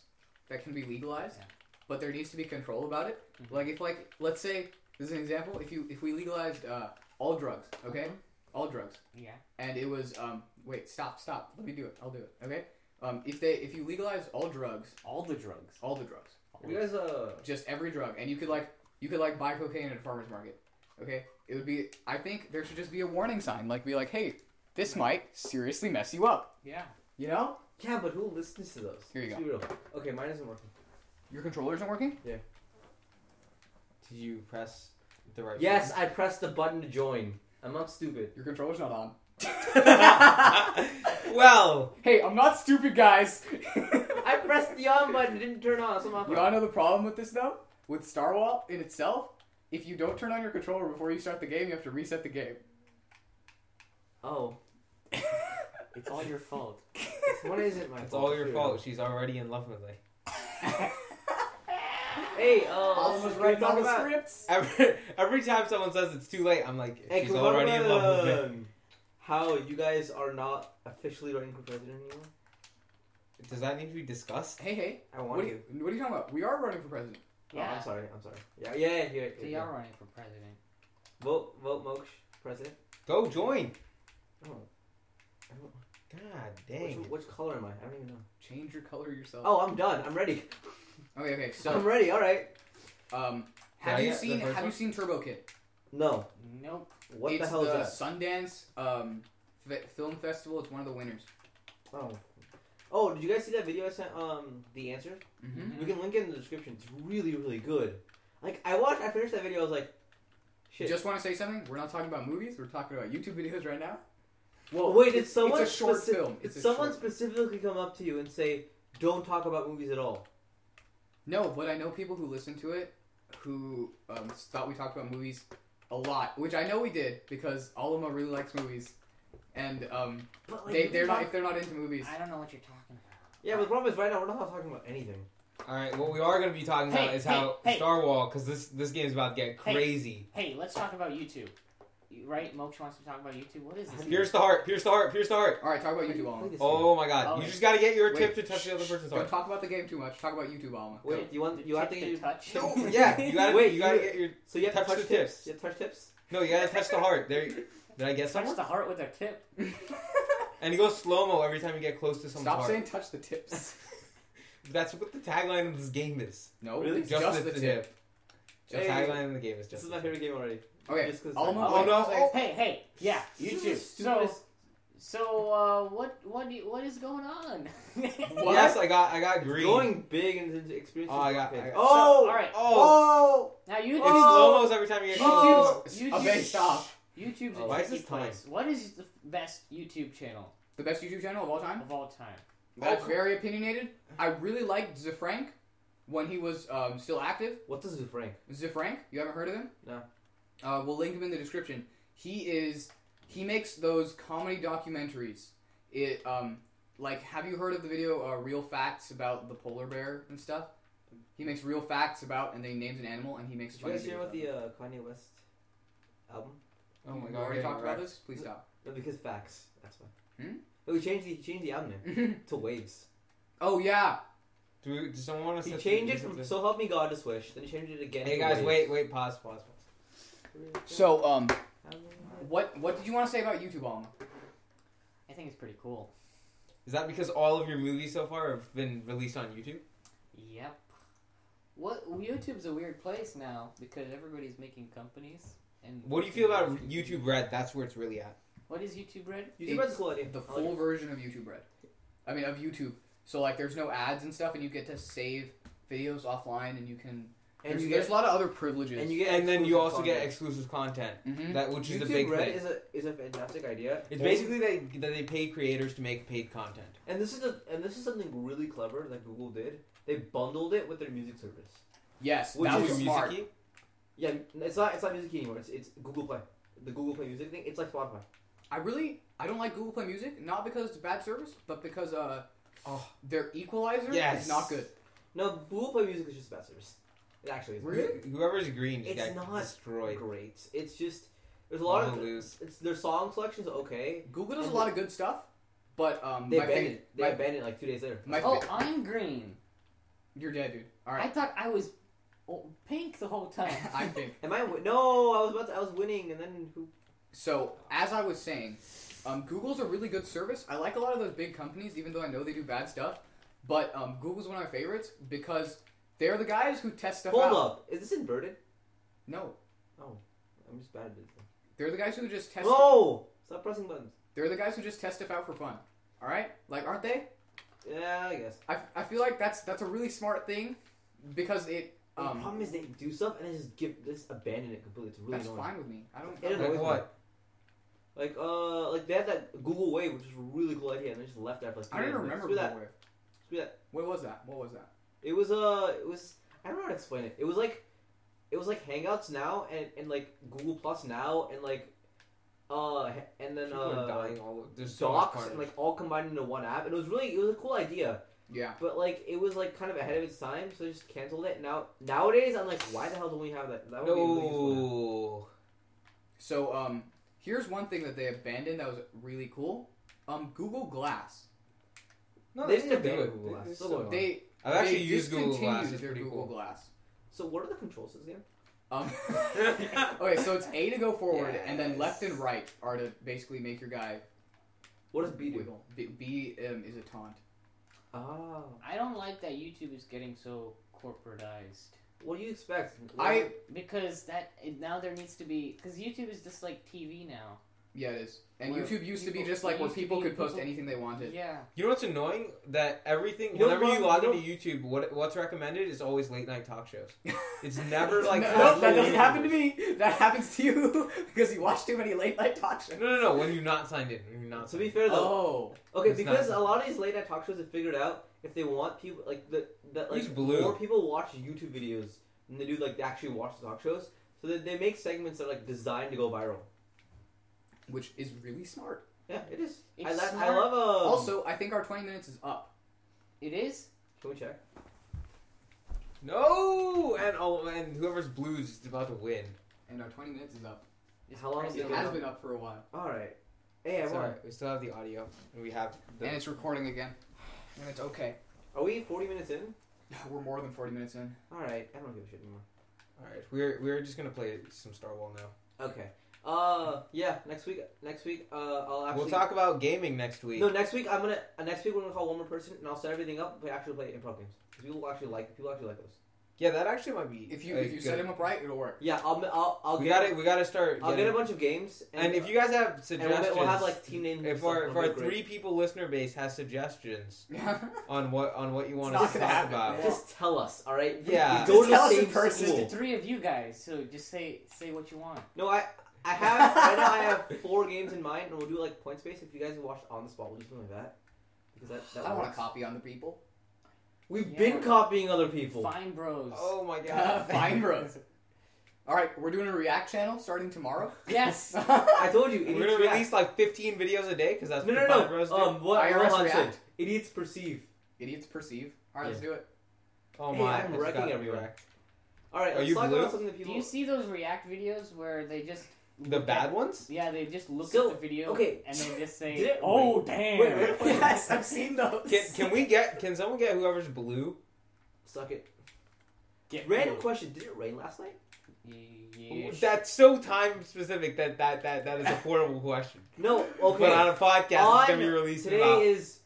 [SPEAKER 1] that can be legalized,
[SPEAKER 5] Yeah.
[SPEAKER 1] but there needs to be control about it.
[SPEAKER 5] Mhm.
[SPEAKER 1] Like if like let's say this is an example. If you if we legalized uh, all drugs, okay, all drugs,
[SPEAKER 5] Yeah.
[SPEAKER 1] and it was um wait stop stop let me do it I'll do it okay um if they if you legalize all drugs
[SPEAKER 5] All the drugs.
[SPEAKER 1] all the drugs
[SPEAKER 2] You guys, uh,
[SPEAKER 1] just every drug and you could like you could like buy cocaine at a farmer's market okay it would be I think there should just be a warning sign like be like hey this might seriously mess you up
[SPEAKER 5] Yeah.
[SPEAKER 1] you know
[SPEAKER 2] yeah, but who listens to those?
[SPEAKER 1] Here you
[SPEAKER 2] Let's
[SPEAKER 1] go.
[SPEAKER 2] Be real. Okay, mine isn't working.
[SPEAKER 1] your controller isn't working
[SPEAKER 3] Did you press the right?
[SPEAKER 2] Yes, I pressed the button to join. I'm not stupid.
[SPEAKER 1] your controller's not on
[SPEAKER 3] button? well,
[SPEAKER 1] hey I'm not stupid guys
[SPEAKER 2] I pressed the on button. It didn't turn on. Somehow.
[SPEAKER 1] You wanna know the problem with this though? With Starwall in itself, if you don't turn on your controller before you start the game, you have to reset the game.
[SPEAKER 2] Oh,
[SPEAKER 5] It's all your fault.
[SPEAKER 2] what is it? My
[SPEAKER 3] it's
[SPEAKER 2] fault?
[SPEAKER 3] all your
[SPEAKER 2] Here.
[SPEAKER 3] fault. She's already in love with me.
[SPEAKER 2] Hey, uh, let's
[SPEAKER 1] right
[SPEAKER 2] talk
[SPEAKER 1] on the
[SPEAKER 2] about-
[SPEAKER 1] scripts.
[SPEAKER 3] Every, every time someone says it's too late, I'm like,
[SPEAKER 2] Hey,
[SPEAKER 3] she's
[SPEAKER 2] can we talk
[SPEAKER 3] already in
[SPEAKER 2] about,
[SPEAKER 3] love with me.
[SPEAKER 2] um, How you guys are not officially running for president anymore?
[SPEAKER 3] Does that need to be discussed?
[SPEAKER 1] Hey, hey,
[SPEAKER 2] I
[SPEAKER 1] what
[SPEAKER 2] want
[SPEAKER 1] are you? What are you talking about? We are running for president.
[SPEAKER 2] Oh,
[SPEAKER 5] Yeah.
[SPEAKER 2] I'm sorry. I'm sorry. Yeah, yeah, yeah. yeah, yeah,
[SPEAKER 5] They
[SPEAKER 2] yeah.
[SPEAKER 5] are running for president.
[SPEAKER 2] Vote, vote, Moksh, president.
[SPEAKER 3] Go join.
[SPEAKER 2] Oh,
[SPEAKER 3] God
[SPEAKER 2] which,
[SPEAKER 3] dang.
[SPEAKER 2] which color am I? I don't even know.
[SPEAKER 1] Change your color yourself.
[SPEAKER 2] Oh, I'm done. I'm ready.
[SPEAKER 1] Okay, okay.
[SPEAKER 2] I'm
[SPEAKER 1] So,
[SPEAKER 2] ready. All right.
[SPEAKER 1] Oh. um,
[SPEAKER 3] Did
[SPEAKER 1] have
[SPEAKER 3] I
[SPEAKER 1] you
[SPEAKER 3] get the
[SPEAKER 1] seen
[SPEAKER 3] first
[SPEAKER 1] Have
[SPEAKER 3] one?
[SPEAKER 1] you seen Turbo Kid?
[SPEAKER 2] No.
[SPEAKER 5] Nope.
[SPEAKER 2] What
[SPEAKER 1] it's
[SPEAKER 2] the hell is
[SPEAKER 1] Sundance um f- film festival. It's one of the winners.
[SPEAKER 2] that? Oh. Oh, did you guys see that video I sent? Um, the answer.
[SPEAKER 1] Mm-hmm.
[SPEAKER 2] We can link it in the description. It's really, really good. Like I watched, I finished that video. I was like, shit.
[SPEAKER 1] Just want to say something. We're not talking about movies. We're talking about YouTube videos right now.
[SPEAKER 2] Well, wait, it's someone
[SPEAKER 1] it's a short
[SPEAKER 2] speci-
[SPEAKER 1] film. It's
[SPEAKER 2] It's
[SPEAKER 1] a
[SPEAKER 2] someone
[SPEAKER 1] short-
[SPEAKER 2] specifically come up to you and say, "Don't talk about movies at all."
[SPEAKER 1] No, but I know people who listened to it who um, thought we talked about movies a lot, which I know we did because Aloma really likes movies, and um,
[SPEAKER 2] Oh,
[SPEAKER 5] But
[SPEAKER 1] they they're not if they're not into movies.
[SPEAKER 5] I don't know what you're talking about.
[SPEAKER 2] Yeah, but the problem is right now we're not talking about anything.
[SPEAKER 3] All right, what we are going to be talking
[SPEAKER 5] Hey,
[SPEAKER 3] about is
[SPEAKER 5] hey,
[SPEAKER 3] how
[SPEAKER 5] hey.
[SPEAKER 3] Star Wall, because this this game's about to get
[SPEAKER 5] Hey.
[SPEAKER 3] crazy.
[SPEAKER 5] Hey, let's talk about YouTube. right? Moch wants to talk about YouTube. What is this?
[SPEAKER 3] Pierce the heart. Pierce the heart. Pierce the heart.
[SPEAKER 1] All right, talk about
[SPEAKER 2] Wait,
[SPEAKER 1] YouTube
[SPEAKER 2] wait
[SPEAKER 1] Alma.
[SPEAKER 2] a
[SPEAKER 3] Oh my god!
[SPEAKER 5] Oh.
[SPEAKER 3] You just gotta get your
[SPEAKER 1] Wait,
[SPEAKER 3] tip to touch the other person's
[SPEAKER 1] Don't
[SPEAKER 3] heart.
[SPEAKER 1] talk about the game too much. Talk about YouTube Alma.
[SPEAKER 2] Wait, you want
[SPEAKER 5] The
[SPEAKER 2] you have to
[SPEAKER 5] tip
[SPEAKER 2] get
[SPEAKER 5] to
[SPEAKER 2] your
[SPEAKER 5] touch?
[SPEAKER 3] No, yeah, you gotta.
[SPEAKER 2] Wait,
[SPEAKER 3] you gotta
[SPEAKER 2] you-
[SPEAKER 3] get your.
[SPEAKER 2] So you have to
[SPEAKER 3] Touch
[SPEAKER 2] touch
[SPEAKER 3] the
[SPEAKER 2] tips.
[SPEAKER 3] tips.
[SPEAKER 2] You have to touch tips.
[SPEAKER 3] No, you gotta touch the heart. There. you- Did I get
[SPEAKER 5] Touch
[SPEAKER 3] someone?
[SPEAKER 5] the heart with their tip.
[SPEAKER 3] And you go slow mo every time you get close to someone's
[SPEAKER 1] Stop
[SPEAKER 3] heart.
[SPEAKER 1] saying touch the tips.
[SPEAKER 3] That's what the tagline of this game is.
[SPEAKER 1] No,
[SPEAKER 2] Really?
[SPEAKER 1] it's just, the tip.
[SPEAKER 3] The
[SPEAKER 2] Hey.
[SPEAKER 3] tagline of the game is just.
[SPEAKER 2] This is
[SPEAKER 3] the
[SPEAKER 2] my
[SPEAKER 3] tip.
[SPEAKER 2] favorite game already.
[SPEAKER 1] Okay,
[SPEAKER 2] Just 'cause-
[SPEAKER 1] Alma.
[SPEAKER 3] Oh, no.
[SPEAKER 1] wait,
[SPEAKER 5] Hey, hey, yeah,
[SPEAKER 2] This
[SPEAKER 5] YouTube.
[SPEAKER 2] is the
[SPEAKER 5] So,
[SPEAKER 2] stupidest-
[SPEAKER 5] so uh, what, what, do you, what is going on?
[SPEAKER 1] What?
[SPEAKER 3] Yes, I got. I got green.
[SPEAKER 2] going big and into experience.
[SPEAKER 3] Oh, I got- I got-
[SPEAKER 2] Oh,
[SPEAKER 5] all right.
[SPEAKER 2] Oh,
[SPEAKER 5] Now
[SPEAKER 3] It's
[SPEAKER 5] YouTube,
[SPEAKER 3] slow mos every time you get close.
[SPEAKER 2] Oh.
[SPEAKER 5] YouTube,
[SPEAKER 1] YouTube's okay, stop.
[SPEAKER 5] YouTube's
[SPEAKER 3] Oh,
[SPEAKER 5] a
[SPEAKER 3] why is
[SPEAKER 5] tricky
[SPEAKER 3] this time?
[SPEAKER 5] place. What is the best YouTube channel
[SPEAKER 1] The best YouTube channel of all time.
[SPEAKER 5] of all time?
[SPEAKER 1] That's
[SPEAKER 3] Oh,
[SPEAKER 1] very opinionated. I really liked Zafrank when he was um, still active.
[SPEAKER 2] what does this rank?
[SPEAKER 1] Zafrank, you haven't heard of him?
[SPEAKER 2] No.
[SPEAKER 1] Uh, we'll link him in the description. He is he makes those comedy documentaries. It um like have you heard of the video uh, Real Facts about the polar bear and stuff? He makes real facts about and then he names an animal and he makes
[SPEAKER 2] Did you
[SPEAKER 1] funny
[SPEAKER 2] guys hear
[SPEAKER 1] videos about
[SPEAKER 2] about
[SPEAKER 1] it.
[SPEAKER 2] the uh, Kanye West album?
[SPEAKER 3] Oh my
[SPEAKER 1] We
[SPEAKER 3] god!
[SPEAKER 1] already
[SPEAKER 3] yeah,
[SPEAKER 1] talked about
[SPEAKER 3] right.
[SPEAKER 1] this. Please stop.
[SPEAKER 2] No, because facts. That's why.
[SPEAKER 1] Hmm?
[SPEAKER 2] No, he changed the he changed the album name to Waves.
[SPEAKER 1] oh yeah.
[SPEAKER 3] Do we, does someone want to?
[SPEAKER 2] He changed it from So Help Me God to Swish. Then he changed it again.
[SPEAKER 3] Hey
[SPEAKER 2] to
[SPEAKER 3] guys,
[SPEAKER 2] Waves.
[SPEAKER 3] wait, wait, pause, pause, pause.
[SPEAKER 1] So um what what did you want to say about YouTube Alma?
[SPEAKER 5] I think it's pretty cool.
[SPEAKER 3] Is that because all of your movies so far have been released on YouTube?
[SPEAKER 5] Yep. What YouTube's a weird place now because everybody's making companies. And
[SPEAKER 3] What do you feel about YouTube Red? That's where it's really at.
[SPEAKER 5] What is YouTube Red?
[SPEAKER 2] You
[SPEAKER 1] It's
[SPEAKER 2] read the cool idea.
[SPEAKER 1] the
[SPEAKER 2] I like
[SPEAKER 1] full
[SPEAKER 2] it.
[SPEAKER 1] version of YouTube Red. I mean, of YouTube. So like, there's no ads and stuff, and you get to save videos offline, and you can.
[SPEAKER 2] and
[SPEAKER 1] there's,
[SPEAKER 2] you
[SPEAKER 1] there's
[SPEAKER 2] get
[SPEAKER 1] a lot of other privileges.
[SPEAKER 2] and you get
[SPEAKER 3] and then you
[SPEAKER 2] exclusive
[SPEAKER 3] also get
[SPEAKER 2] content.
[SPEAKER 3] exclusive content.
[SPEAKER 1] Mhm.
[SPEAKER 3] That which is the
[SPEAKER 2] YouTube
[SPEAKER 3] big
[SPEAKER 2] Red
[SPEAKER 3] thing.
[SPEAKER 2] is a is a fantastic idea.
[SPEAKER 3] it's basically that that they pay creators to make paid content.
[SPEAKER 2] And this is a, and this is something really clever that Google did. They bundled it with their music service.
[SPEAKER 1] yes,
[SPEAKER 2] Which
[SPEAKER 1] that
[SPEAKER 2] is
[SPEAKER 1] was smart.
[SPEAKER 3] music-y?
[SPEAKER 2] Yeah, it's not it's not music anymore. It's it's Google Play. The Google Play Music thing. It's like Spotify.
[SPEAKER 1] I really I don't like Google Play Music, not because it's bad service, but because uh,
[SPEAKER 3] Oh.
[SPEAKER 1] their equalizer
[SPEAKER 3] Yes.
[SPEAKER 1] is not good.
[SPEAKER 2] No, Google Play Music is just a bad service. It actually is.
[SPEAKER 1] Really?
[SPEAKER 3] Whoever's green just
[SPEAKER 2] It's
[SPEAKER 3] got
[SPEAKER 2] not
[SPEAKER 3] destroyed.
[SPEAKER 2] Great. It's just there's a lot
[SPEAKER 3] Wanna
[SPEAKER 2] of
[SPEAKER 3] lose.
[SPEAKER 2] it's their song selections okay.
[SPEAKER 1] Google does a lot of good stuff, but um,
[SPEAKER 2] They
[SPEAKER 1] my
[SPEAKER 2] banned
[SPEAKER 1] fa-
[SPEAKER 2] it. They
[SPEAKER 1] my-
[SPEAKER 2] banned it like two days later.
[SPEAKER 1] my
[SPEAKER 5] Oh,
[SPEAKER 1] fa-
[SPEAKER 5] I'm green.
[SPEAKER 1] you're dead, dude. All
[SPEAKER 5] I
[SPEAKER 1] right,
[SPEAKER 5] thought I was oh, pink the whole time.
[SPEAKER 1] I think.
[SPEAKER 2] Am I win- no? I was about to, I was winning and then who?
[SPEAKER 1] So, as I was saying, um, Google's a really good service. I like a lot of those big companies, even though I know they do bad stuff. But um, Google's one of my favorites because they're the guys who test stuff
[SPEAKER 2] Hold
[SPEAKER 1] out.
[SPEAKER 2] up. Is this inverted?
[SPEAKER 1] No,
[SPEAKER 2] I'm just bad at this.
[SPEAKER 1] they're the guys who just test.
[SPEAKER 2] No. Stop pressing buttons.
[SPEAKER 1] They're the guys who just test stuff out for fun. All right, like aren't they?
[SPEAKER 2] Yeah, I guess.
[SPEAKER 1] I, I feel like that's that's a really smart thing because it
[SPEAKER 2] the
[SPEAKER 1] um
[SPEAKER 2] problem is they do stuff and then just give this abandon it completely. It's really
[SPEAKER 1] that's
[SPEAKER 2] annoying.
[SPEAKER 1] fine with me. I don't.
[SPEAKER 2] It
[SPEAKER 1] know.
[SPEAKER 2] annoys
[SPEAKER 3] Like
[SPEAKER 2] me.
[SPEAKER 3] what?
[SPEAKER 2] Like uh, like they had that Google Wave, which was a really cool idea, and they just left that for like.
[SPEAKER 1] I don't
[SPEAKER 2] years.
[SPEAKER 1] even remember
[SPEAKER 2] Screw
[SPEAKER 1] Google
[SPEAKER 2] that.
[SPEAKER 1] Wave.
[SPEAKER 2] Screw that.
[SPEAKER 1] What was that? What was that?
[SPEAKER 2] It was uh, it was I don't know how to explain it. It was like, it was like Hangouts now and and like Google Plus now and like, uh, and then
[SPEAKER 3] People are
[SPEAKER 2] uh,
[SPEAKER 3] dying all over. There's so much
[SPEAKER 2] Docs and
[SPEAKER 3] carnage.
[SPEAKER 2] like all combined into one app. And it was really it was a cool idea,
[SPEAKER 1] Yeah.
[SPEAKER 2] but like it was like kind of ahead of its time, so they just canceled it. Now nowadays I'm like, why the hell don't we have that? That would be a really useful app.
[SPEAKER 3] no.
[SPEAKER 1] So um, here's one thing that they abandoned that was really cool. Um, Google Glass.
[SPEAKER 3] No,
[SPEAKER 2] They
[SPEAKER 3] they
[SPEAKER 2] didn't
[SPEAKER 3] still do
[SPEAKER 2] abandon
[SPEAKER 3] it.
[SPEAKER 2] Google Glass.
[SPEAKER 3] They
[SPEAKER 2] Still
[SPEAKER 3] still
[SPEAKER 2] going
[SPEAKER 3] do it.
[SPEAKER 1] They
[SPEAKER 3] I've
[SPEAKER 1] they
[SPEAKER 3] actually used Google
[SPEAKER 1] discontinued
[SPEAKER 3] Glass. It's
[SPEAKER 1] their
[SPEAKER 3] pretty
[SPEAKER 1] Google
[SPEAKER 3] cool.
[SPEAKER 1] Glass.
[SPEAKER 2] So what are the controls of this game?
[SPEAKER 1] Um, okay, so it's A to go forward, and then
[SPEAKER 2] Yes.
[SPEAKER 1] left and right are to basically make your guy
[SPEAKER 2] What does B do?
[SPEAKER 1] wiggle. B, B um, is a taunt.
[SPEAKER 2] Ah,
[SPEAKER 5] I don't like that YouTube is getting so corporatized.
[SPEAKER 2] what do you expect?
[SPEAKER 1] I
[SPEAKER 5] because that it- now there needs to be because YouTube is just like TV now.
[SPEAKER 1] yeah, it is. And
[SPEAKER 5] Where
[SPEAKER 1] YouTube used to be
[SPEAKER 5] people-
[SPEAKER 1] just like
[SPEAKER 5] it
[SPEAKER 1] where
[SPEAKER 5] used to
[SPEAKER 1] people
[SPEAKER 5] be
[SPEAKER 1] could post
[SPEAKER 5] people-
[SPEAKER 1] anything they wanted.
[SPEAKER 5] Yeah,
[SPEAKER 3] You know what's annoying? That everything,
[SPEAKER 2] You know
[SPEAKER 3] whenever you
[SPEAKER 2] what-
[SPEAKER 3] log into YouTube, what what's recommended is always late night talk shows. It's never like
[SPEAKER 1] no,
[SPEAKER 3] casual
[SPEAKER 1] that doesn't happen to
[SPEAKER 3] YouTubers.
[SPEAKER 1] me. That happens to you because you watch too many late night talk shows.
[SPEAKER 3] No, no, no. When you're not signed in, when you're not.
[SPEAKER 2] To be
[SPEAKER 3] signed
[SPEAKER 2] fair though,
[SPEAKER 1] Oh,
[SPEAKER 2] Okay,
[SPEAKER 3] It's
[SPEAKER 2] because
[SPEAKER 3] not-
[SPEAKER 2] a lot of these late night talk shows have figured out if they want people like the that
[SPEAKER 3] Use
[SPEAKER 2] like
[SPEAKER 3] blue.
[SPEAKER 2] more people watch YouTube videos than they do like they actually watch the talk shows. So that they make segments that are like designed to go viral.
[SPEAKER 1] which is really smart.
[SPEAKER 2] Yeah, it is. I,
[SPEAKER 5] It's
[SPEAKER 2] la- I
[SPEAKER 5] smart.
[SPEAKER 2] love. Um,
[SPEAKER 1] also, I think our 20 minutes is up.
[SPEAKER 5] it is.
[SPEAKER 2] can we check?
[SPEAKER 3] in. no, and oh, and whoever's blues is about to win.
[SPEAKER 1] And our 20 minutes is up.
[SPEAKER 5] It's
[SPEAKER 2] How long has
[SPEAKER 1] It
[SPEAKER 5] pressing.
[SPEAKER 2] been
[SPEAKER 1] has
[SPEAKER 2] up?
[SPEAKER 1] been up for a while,
[SPEAKER 2] All right. Hey,
[SPEAKER 3] Sorry,
[SPEAKER 2] everyone.
[SPEAKER 3] we still have the audio, and we have. The,
[SPEAKER 1] and it's recording again, and it's okay.
[SPEAKER 2] Are we 40 minutes in?
[SPEAKER 1] We're more than forty minutes in.
[SPEAKER 2] All right. I don't give a shit anymore.
[SPEAKER 3] all right, we're we're just gonna play some Star Wars now.
[SPEAKER 2] Okay. Uh, yeah. Next week. Next week. Uh, I'll actually.
[SPEAKER 3] we'll talk about gaming next week.
[SPEAKER 2] No, next week I'm gonna. Uh, next week we're gonna call one more person, and I'll set everything up. But actually play improv games. 'Cause people actually like. People actually like those.
[SPEAKER 3] Yeah, that actually might be.
[SPEAKER 1] If you
[SPEAKER 3] a
[SPEAKER 1] if you set
[SPEAKER 3] good-
[SPEAKER 1] him up right, it'll work.
[SPEAKER 2] Yeah. I'll. I'll. I'll
[SPEAKER 3] we
[SPEAKER 2] get,
[SPEAKER 3] gotta we gotta start.
[SPEAKER 2] I'll get
[SPEAKER 3] getting-
[SPEAKER 2] a bunch of games.
[SPEAKER 3] And if you guys have
[SPEAKER 2] And we'll,
[SPEAKER 3] suggestions,
[SPEAKER 2] we'll have like team names. and
[SPEAKER 3] if
[SPEAKER 2] stuff,
[SPEAKER 3] our
[SPEAKER 2] it'll
[SPEAKER 3] if our
[SPEAKER 2] be great.
[SPEAKER 3] three people listener base has suggestions
[SPEAKER 1] Yeah.
[SPEAKER 3] on what on what you want
[SPEAKER 1] not
[SPEAKER 3] us to
[SPEAKER 1] gonna
[SPEAKER 3] talk
[SPEAKER 1] happen.
[SPEAKER 3] about,
[SPEAKER 2] Just tell us, all right?
[SPEAKER 3] Yeah.
[SPEAKER 2] We go
[SPEAKER 1] Just
[SPEAKER 2] to
[SPEAKER 1] tell
[SPEAKER 2] the
[SPEAKER 1] us in
[SPEAKER 2] same
[SPEAKER 1] person.
[SPEAKER 2] school.
[SPEAKER 5] The three of you guys, so just say say what you want.
[SPEAKER 2] No, I I have right now. I have four games in mind, and we'll do it like point space. If you guys have watched on the spot, we'll do something like that. Because that, that
[SPEAKER 1] I want to
[SPEAKER 2] works.
[SPEAKER 1] copy on the people.
[SPEAKER 2] We've
[SPEAKER 5] Yeah.
[SPEAKER 2] been copying other people.
[SPEAKER 5] Fine bros.
[SPEAKER 3] oh my
[SPEAKER 1] Uh,
[SPEAKER 3] god,
[SPEAKER 1] fine, bros. All right, we're doing a React channel starting tomorrow.
[SPEAKER 5] Yes.
[SPEAKER 2] I told you.
[SPEAKER 3] We're
[SPEAKER 2] idiots
[SPEAKER 3] gonna
[SPEAKER 2] react.
[SPEAKER 3] release like 15 videos a day because that's
[SPEAKER 2] No, no,
[SPEAKER 3] what Fine Bros
[SPEAKER 2] no.
[SPEAKER 3] do.
[SPEAKER 2] Um, what
[SPEAKER 1] IRS
[SPEAKER 2] Rohan
[SPEAKER 1] React.
[SPEAKER 2] said. Idiots perceive.
[SPEAKER 1] Idiots perceive. All right, let's do it.
[SPEAKER 3] oh
[SPEAKER 2] hey,
[SPEAKER 3] my,
[SPEAKER 2] I'm
[SPEAKER 3] it's
[SPEAKER 2] wrecking
[SPEAKER 3] gotta be
[SPEAKER 2] everyone.
[SPEAKER 3] wrecked.
[SPEAKER 2] All right,
[SPEAKER 3] Are
[SPEAKER 2] let's
[SPEAKER 3] you
[SPEAKER 2] talk
[SPEAKER 3] blue?
[SPEAKER 2] about something that
[SPEAKER 5] Do
[SPEAKER 2] people.
[SPEAKER 5] you see those React videos where they just
[SPEAKER 3] The bad ones?
[SPEAKER 5] Yeah, they just look
[SPEAKER 2] So,
[SPEAKER 5] at the video
[SPEAKER 2] okay.
[SPEAKER 5] and they just
[SPEAKER 2] Did
[SPEAKER 5] say,
[SPEAKER 2] it-
[SPEAKER 5] "Oh
[SPEAKER 2] wait.
[SPEAKER 5] damn."
[SPEAKER 2] Wait, wait, wait.
[SPEAKER 1] yes, I've seen those.
[SPEAKER 3] Can, can we get? Can someone get whoever's blue?
[SPEAKER 2] Suck it.
[SPEAKER 5] Get
[SPEAKER 2] Random
[SPEAKER 5] real.
[SPEAKER 2] question. Did it rain last night?
[SPEAKER 5] Yeah.
[SPEAKER 3] That's so time specific. That that that that is a horrible question.
[SPEAKER 2] No.
[SPEAKER 3] But on
[SPEAKER 2] Okay.
[SPEAKER 3] a podcast, it's
[SPEAKER 2] On
[SPEAKER 3] gonna be released.
[SPEAKER 2] Today
[SPEAKER 3] about-
[SPEAKER 2] is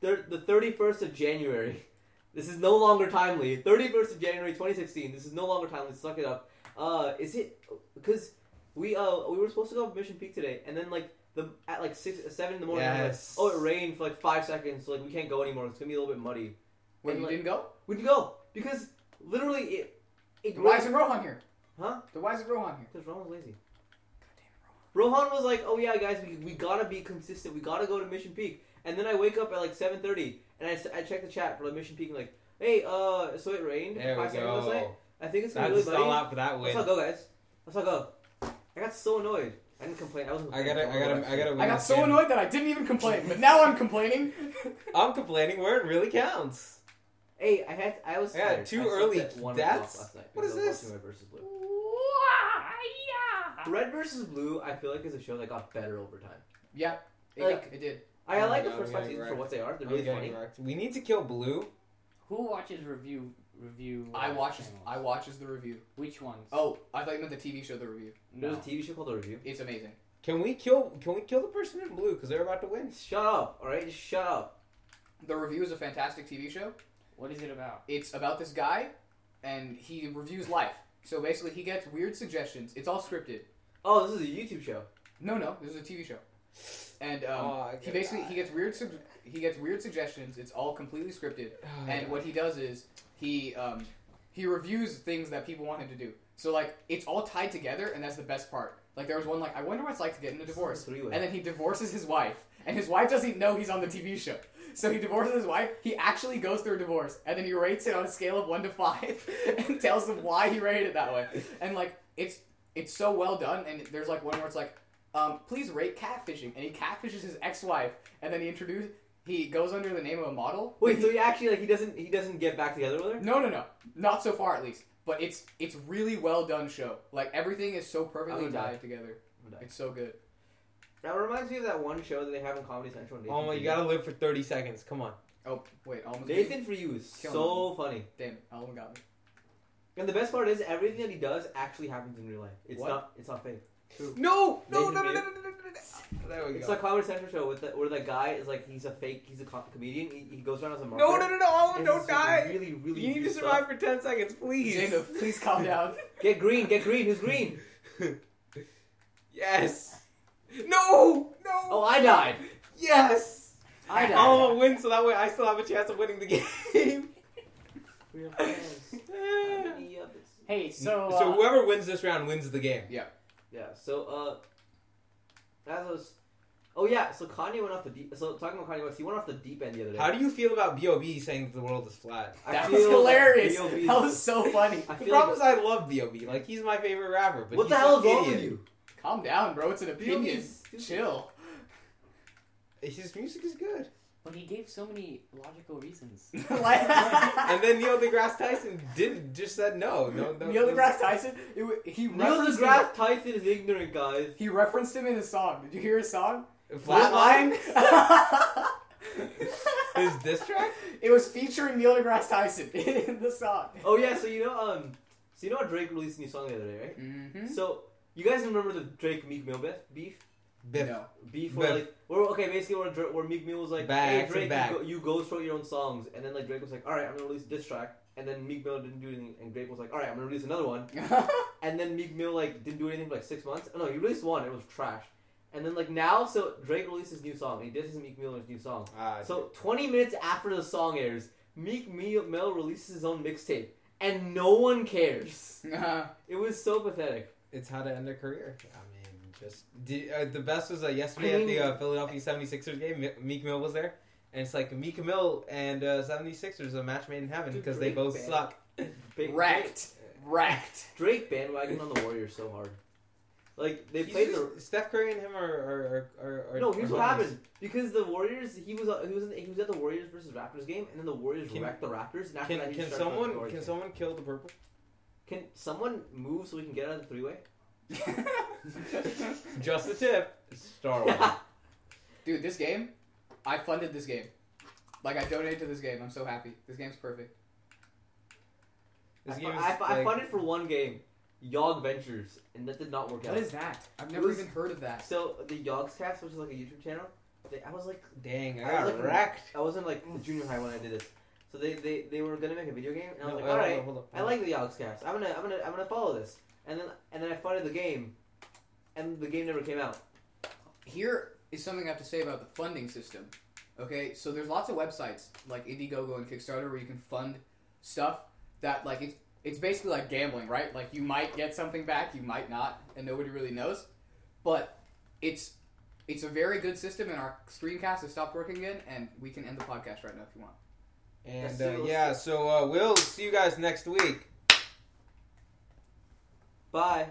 [SPEAKER 2] thir- the thirty first of January. This is no longer timely. Thirty first of January, twenty sixteen. This is no longer timely. Suck it up. Uh, is it because we uh we were supposed to go up Mission Peak today, and then like the at like six seven in the morning. I'm like,
[SPEAKER 3] Yes.
[SPEAKER 2] oh, it rained for like five seconds. So, like we can't go anymore. It's gonna be a little bit muddy.
[SPEAKER 1] Wait, you didn't go?
[SPEAKER 2] Where'd you go? Because literally it. it
[SPEAKER 1] Why isn't Rohan here?
[SPEAKER 2] Huh?
[SPEAKER 1] Then why isn't Rohan here?
[SPEAKER 2] Because Rohan was lazy. Rohan was like, "Oh yeah, guys, we, we gotta be consistent. We gotta go to Mission Peak." And then I wake up at like seven thirty, and I, s- I check the chat for like Mission Peak, and like, "Hey, uh, so it rained
[SPEAKER 3] there we
[SPEAKER 2] five seconds last night.
[SPEAKER 3] go.
[SPEAKER 2] I think it's gonna be
[SPEAKER 3] That's just
[SPEAKER 2] really muddy.
[SPEAKER 3] all out for that
[SPEAKER 2] Let's
[SPEAKER 3] win.
[SPEAKER 2] not go, guys. Let's not go." I got so annoyed. I didn't complain. I wasn't.
[SPEAKER 3] I
[SPEAKER 2] complaining.
[SPEAKER 3] gotta, I gotta, I gotta. Win
[SPEAKER 1] I got
[SPEAKER 3] this
[SPEAKER 1] so
[SPEAKER 3] game.
[SPEAKER 1] annoyed that I didn't even complain, but now I'm complaining.
[SPEAKER 3] I'm complaining where it really counts.
[SPEAKER 2] Hey, I had. I was.
[SPEAKER 3] I got
[SPEAKER 2] tired.
[SPEAKER 3] too
[SPEAKER 2] slept
[SPEAKER 3] early.
[SPEAKER 2] at one
[SPEAKER 3] That's-
[SPEAKER 2] o'clock last night
[SPEAKER 3] what is
[SPEAKER 2] because I was
[SPEAKER 3] this?
[SPEAKER 2] watching Red versus Blue.
[SPEAKER 5] Wah-ya.
[SPEAKER 2] Red versus Blue. I feel like is a show that got better over time.
[SPEAKER 1] Yeah, it,
[SPEAKER 2] Like-
[SPEAKER 1] it did.
[SPEAKER 2] I, I
[SPEAKER 3] Oh my
[SPEAKER 2] like the
[SPEAKER 3] God,
[SPEAKER 2] first
[SPEAKER 3] I'm
[SPEAKER 2] five
[SPEAKER 3] getting
[SPEAKER 2] seasons for
[SPEAKER 3] wrecked.
[SPEAKER 2] what they are. They're
[SPEAKER 3] I'm
[SPEAKER 2] really
[SPEAKER 3] getting
[SPEAKER 2] funny.
[SPEAKER 3] wrecked. We need to kill Blue.
[SPEAKER 5] Who watches review review? uh,
[SPEAKER 1] I watches.
[SPEAKER 5] channels?
[SPEAKER 1] I watches the review.
[SPEAKER 5] Which ones?
[SPEAKER 1] Oh, I thought you meant the TV show, the review.
[SPEAKER 2] There's
[SPEAKER 5] no.
[SPEAKER 2] a TV show called The Review.
[SPEAKER 1] It's amazing.
[SPEAKER 3] Can we kill? Can we kill the person in blue? Because they're about to win.
[SPEAKER 2] Shut up, all right? Just shut up.
[SPEAKER 1] The review is a fantastic TV show.
[SPEAKER 5] What is it about?
[SPEAKER 1] It's about this guy, and he reviews life. So basically, he gets weird suggestions. It's all scripted.
[SPEAKER 2] Oh, this is a YouTube show.
[SPEAKER 1] No, no, this is a TV show. And um,
[SPEAKER 3] Oh, I
[SPEAKER 1] he
[SPEAKER 3] get
[SPEAKER 1] basically
[SPEAKER 3] that.
[SPEAKER 1] he gets weird sug- he gets weird suggestions. It's all completely scripted.
[SPEAKER 3] Oh
[SPEAKER 1] and what he does is he um, he reviews things that people want him to do. So like it's all tied together, and that's the best part. Like there was one like I wonder what it's like to get in a divorce,
[SPEAKER 2] Three
[SPEAKER 1] and then he divorces his wife, and his wife doesn't know he's on the TV show. So he divorces his wife. He actually goes through a divorce, and then he rates it on a scale of one to five, and tells them why he rated it that way. And like it's it's so well done, and there's like one where it's like, um, please rate catfishing, and he catfishes his ex-wife, and then he introduces he goes under the name of a model.
[SPEAKER 2] Wait, so he actually like he doesn't he doesn't get back together with her?
[SPEAKER 1] No, no, no, not so far at least. But it's it's really well done show. Like everything is so
[SPEAKER 2] I
[SPEAKER 1] perfectly
[SPEAKER 2] would die.
[SPEAKER 1] tied together.
[SPEAKER 2] would die.
[SPEAKER 1] It's so good.
[SPEAKER 2] That reminds me of that one show that they have in Comedy Central. Nathan
[SPEAKER 3] Oh my!
[SPEAKER 2] for
[SPEAKER 3] You gotta live for 30 seconds. Come on.
[SPEAKER 1] Oh wait, I almost
[SPEAKER 2] You. Nathan for you is
[SPEAKER 1] Kill
[SPEAKER 2] so funny.
[SPEAKER 1] Damn, it, I almost got me.
[SPEAKER 2] And the best part is everything that he does actually happens in real life. It's
[SPEAKER 1] What?
[SPEAKER 2] not it's not fake.
[SPEAKER 3] No! No!
[SPEAKER 2] Nathan
[SPEAKER 3] No! No! No!
[SPEAKER 2] Fielder?
[SPEAKER 3] No! no, no, no. There we
[SPEAKER 2] It's
[SPEAKER 3] go.
[SPEAKER 2] like Comedy Central show with the, where the guy is like he's a fake he's a co- comedian. He, he goes around as a marketer.
[SPEAKER 3] No! No! No! No! All of them
[SPEAKER 2] And
[SPEAKER 3] don't
[SPEAKER 2] it's just
[SPEAKER 3] die.
[SPEAKER 2] Really, really.
[SPEAKER 3] You need to
[SPEAKER 2] weird
[SPEAKER 3] survive
[SPEAKER 2] stuff.
[SPEAKER 3] for 10 seconds, please.
[SPEAKER 1] Jacob, please calm down.
[SPEAKER 2] Get green. Get green. Who's green?
[SPEAKER 3] yes. No! No!
[SPEAKER 2] Oh, I died.
[SPEAKER 3] Yes.
[SPEAKER 2] I died.
[SPEAKER 3] I'm gonna win, so that way I still have a chance of winning the game.
[SPEAKER 2] We are friends. Yep, it's-
[SPEAKER 5] Hey, so uh,
[SPEAKER 3] so whoever wins this round wins the game.
[SPEAKER 2] Yeah. So, uh, as I was, oh yeah. So Kanye went off the deep. So talking about Kanye West, he went off the deep end the other day.
[SPEAKER 3] How do you feel about B.O.B. saying that the world is flat?
[SPEAKER 2] I
[SPEAKER 1] that
[SPEAKER 2] feel
[SPEAKER 1] was
[SPEAKER 2] like
[SPEAKER 1] hilarious.
[SPEAKER 2] B.O.B.
[SPEAKER 1] That was so funny.
[SPEAKER 2] I
[SPEAKER 3] The
[SPEAKER 2] feel
[SPEAKER 3] problem
[SPEAKER 2] like,
[SPEAKER 3] is I love B.O.B. Like, he's my favorite rapper, but
[SPEAKER 2] what
[SPEAKER 3] he's
[SPEAKER 2] the hell
[SPEAKER 3] an
[SPEAKER 2] is wrong
[SPEAKER 3] idiot.
[SPEAKER 2] with you?
[SPEAKER 1] Calm down, bro. It's an
[SPEAKER 2] B.O.B.
[SPEAKER 1] opinion.
[SPEAKER 2] is stupid.
[SPEAKER 1] Chill.
[SPEAKER 3] His music is good.
[SPEAKER 5] But he gave so many logical reasons.
[SPEAKER 3] and then Neil deGrasse Tyson did just said no, no, no.
[SPEAKER 1] Neil deGrasse Tyson, it, wa- he
[SPEAKER 2] Neil
[SPEAKER 1] referenced him-
[SPEAKER 2] deGrasse Tyson is ignorant, guys.
[SPEAKER 1] He referenced him in his song. Did you hear his song?
[SPEAKER 3] Flatline.
[SPEAKER 1] Flatline?
[SPEAKER 3] His diss track.
[SPEAKER 1] it was featuring Neil deGrasse Tyson in the song.
[SPEAKER 2] Oh yeah, so you know, um, so you know, how Drake released a new song the other day, right?
[SPEAKER 3] Hmm?
[SPEAKER 1] Mm-hmm.
[SPEAKER 2] So you guys remember the Drake Meek Mill beef? Beef?
[SPEAKER 3] Biff.
[SPEAKER 1] No.
[SPEAKER 2] Beef? Where,
[SPEAKER 3] Beef.
[SPEAKER 2] like, where okay, basically where, Dra- where Meek Mill was like,
[SPEAKER 3] Back
[SPEAKER 2] "Hey
[SPEAKER 3] to
[SPEAKER 2] Drake,
[SPEAKER 3] back.
[SPEAKER 2] You, go, you go throw your own songs," and then like Drake was like, "All right, I'm gonna release this track," and then Meek Mill didn't do anything, and Drake was like, "All right, I'm gonna release another one," and then Meek Mill like didn't do anything for like six months. Oh, no, he released one, it was trash, and then like now, so Drake released his new song, and he disses Meek Mill in his new song.
[SPEAKER 3] Ah,
[SPEAKER 2] So 20 minutes after the song airs, Meek Mill Mill releases his own mixtape, and no one cares.
[SPEAKER 1] Uh-huh.
[SPEAKER 2] It was so pathetic.
[SPEAKER 3] it's how to end a career. I mean, just did, uh, the best was uh, yesterday
[SPEAKER 2] I
[SPEAKER 3] at the
[SPEAKER 2] mean-
[SPEAKER 3] uh, Philadelphia 76ers game. Me- Meek Mill was there, and it's like Meek Mill and uh, 76ers a match made in heaven
[SPEAKER 2] Dude,
[SPEAKER 3] because they
[SPEAKER 2] Drake
[SPEAKER 3] both
[SPEAKER 2] bad.
[SPEAKER 3] suck.
[SPEAKER 2] Big-
[SPEAKER 1] Wrecked. Wrecked.
[SPEAKER 2] Drake, Drake bandwagon on the Warriors so hard. Like they
[SPEAKER 3] He's
[SPEAKER 2] played
[SPEAKER 3] just-
[SPEAKER 2] the
[SPEAKER 3] Steph Curry and him are are are. are
[SPEAKER 2] no. Here's
[SPEAKER 3] are
[SPEAKER 2] what
[SPEAKER 3] homies.
[SPEAKER 2] happened because the Warriors. He was uh, he was in, he was at the Warriors versus Raptors game, and then the Warriors
[SPEAKER 3] Can-
[SPEAKER 2] wrecked the Raptors. And after that,
[SPEAKER 3] Can,
[SPEAKER 2] he
[SPEAKER 3] can
[SPEAKER 2] started going
[SPEAKER 3] someone
[SPEAKER 2] towards
[SPEAKER 3] can
[SPEAKER 2] it.
[SPEAKER 3] someone kill the purple?
[SPEAKER 2] can someone move so we can get out of the three way?
[SPEAKER 3] Just a tip. Star Wars.
[SPEAKER 1] Dude, this game, I funded this game. Like I donated to this game. I'm so happy. This game's perfect.
[SPEAKER 3] This
[SPEAKER 2] I,
[SPEAKER 3] game is
[SPEAKER 2] I, I
[SPEAKER 3] like-
[SPEAKER 2] funded for one game, Yog Ventures, and that did not work out.
[SPEAKER 1] What is that? I've never
[SPEAKER 2] was-
[SPEAKER 1] even heard of that.
[SPEAKER 2] So the Yogscast, which is like a YouTube channel, they, I was like,
[SPEAKER 3] Dang,
[SPEAKER 2] I
[SPEAKER 3] I got
[SPEAKER 2] was like-
[SPEAKER 3] wrecked.
[SPEAKER 2] I was in like junior high when I did this. So they, they, they were gonna make a video game, and I was like,
[SPEAKER 3] No, wait,
[SPEAKER 2] all
[SPEAKER 3] hold
[SPEAKER 2] right,
[SPEAKER 3] on, hold on,
[SPEAKER 2] I
[SPEAKER 3] hold
[SPEAKER 2] like the Yogscast. I'm gonna I'm gonna I'm gonna follow this, and then and then I funded the game, and the game never came out.
[SPEAKER 1] Here is something I have to say about the funding system. Okay, so there's lots of websites like Indiegogo and Kickstarter where you can fund stuff that like it's it's basically like gambling, right? Like you might get something back, you might not, and nobody really knows. But it's it's a very good system, and our screencast has stopped working again, and we can end the podcast right now if you want.
[SPEAKER 3] And
[SPEAKER 2] Let's see,
[SPEAKER 3] uh,
[SPEAKER 2] let's
[SPEAKER 3] yeah, so uh, we'll see you guys next week.
[SPEAKER 2] Bye.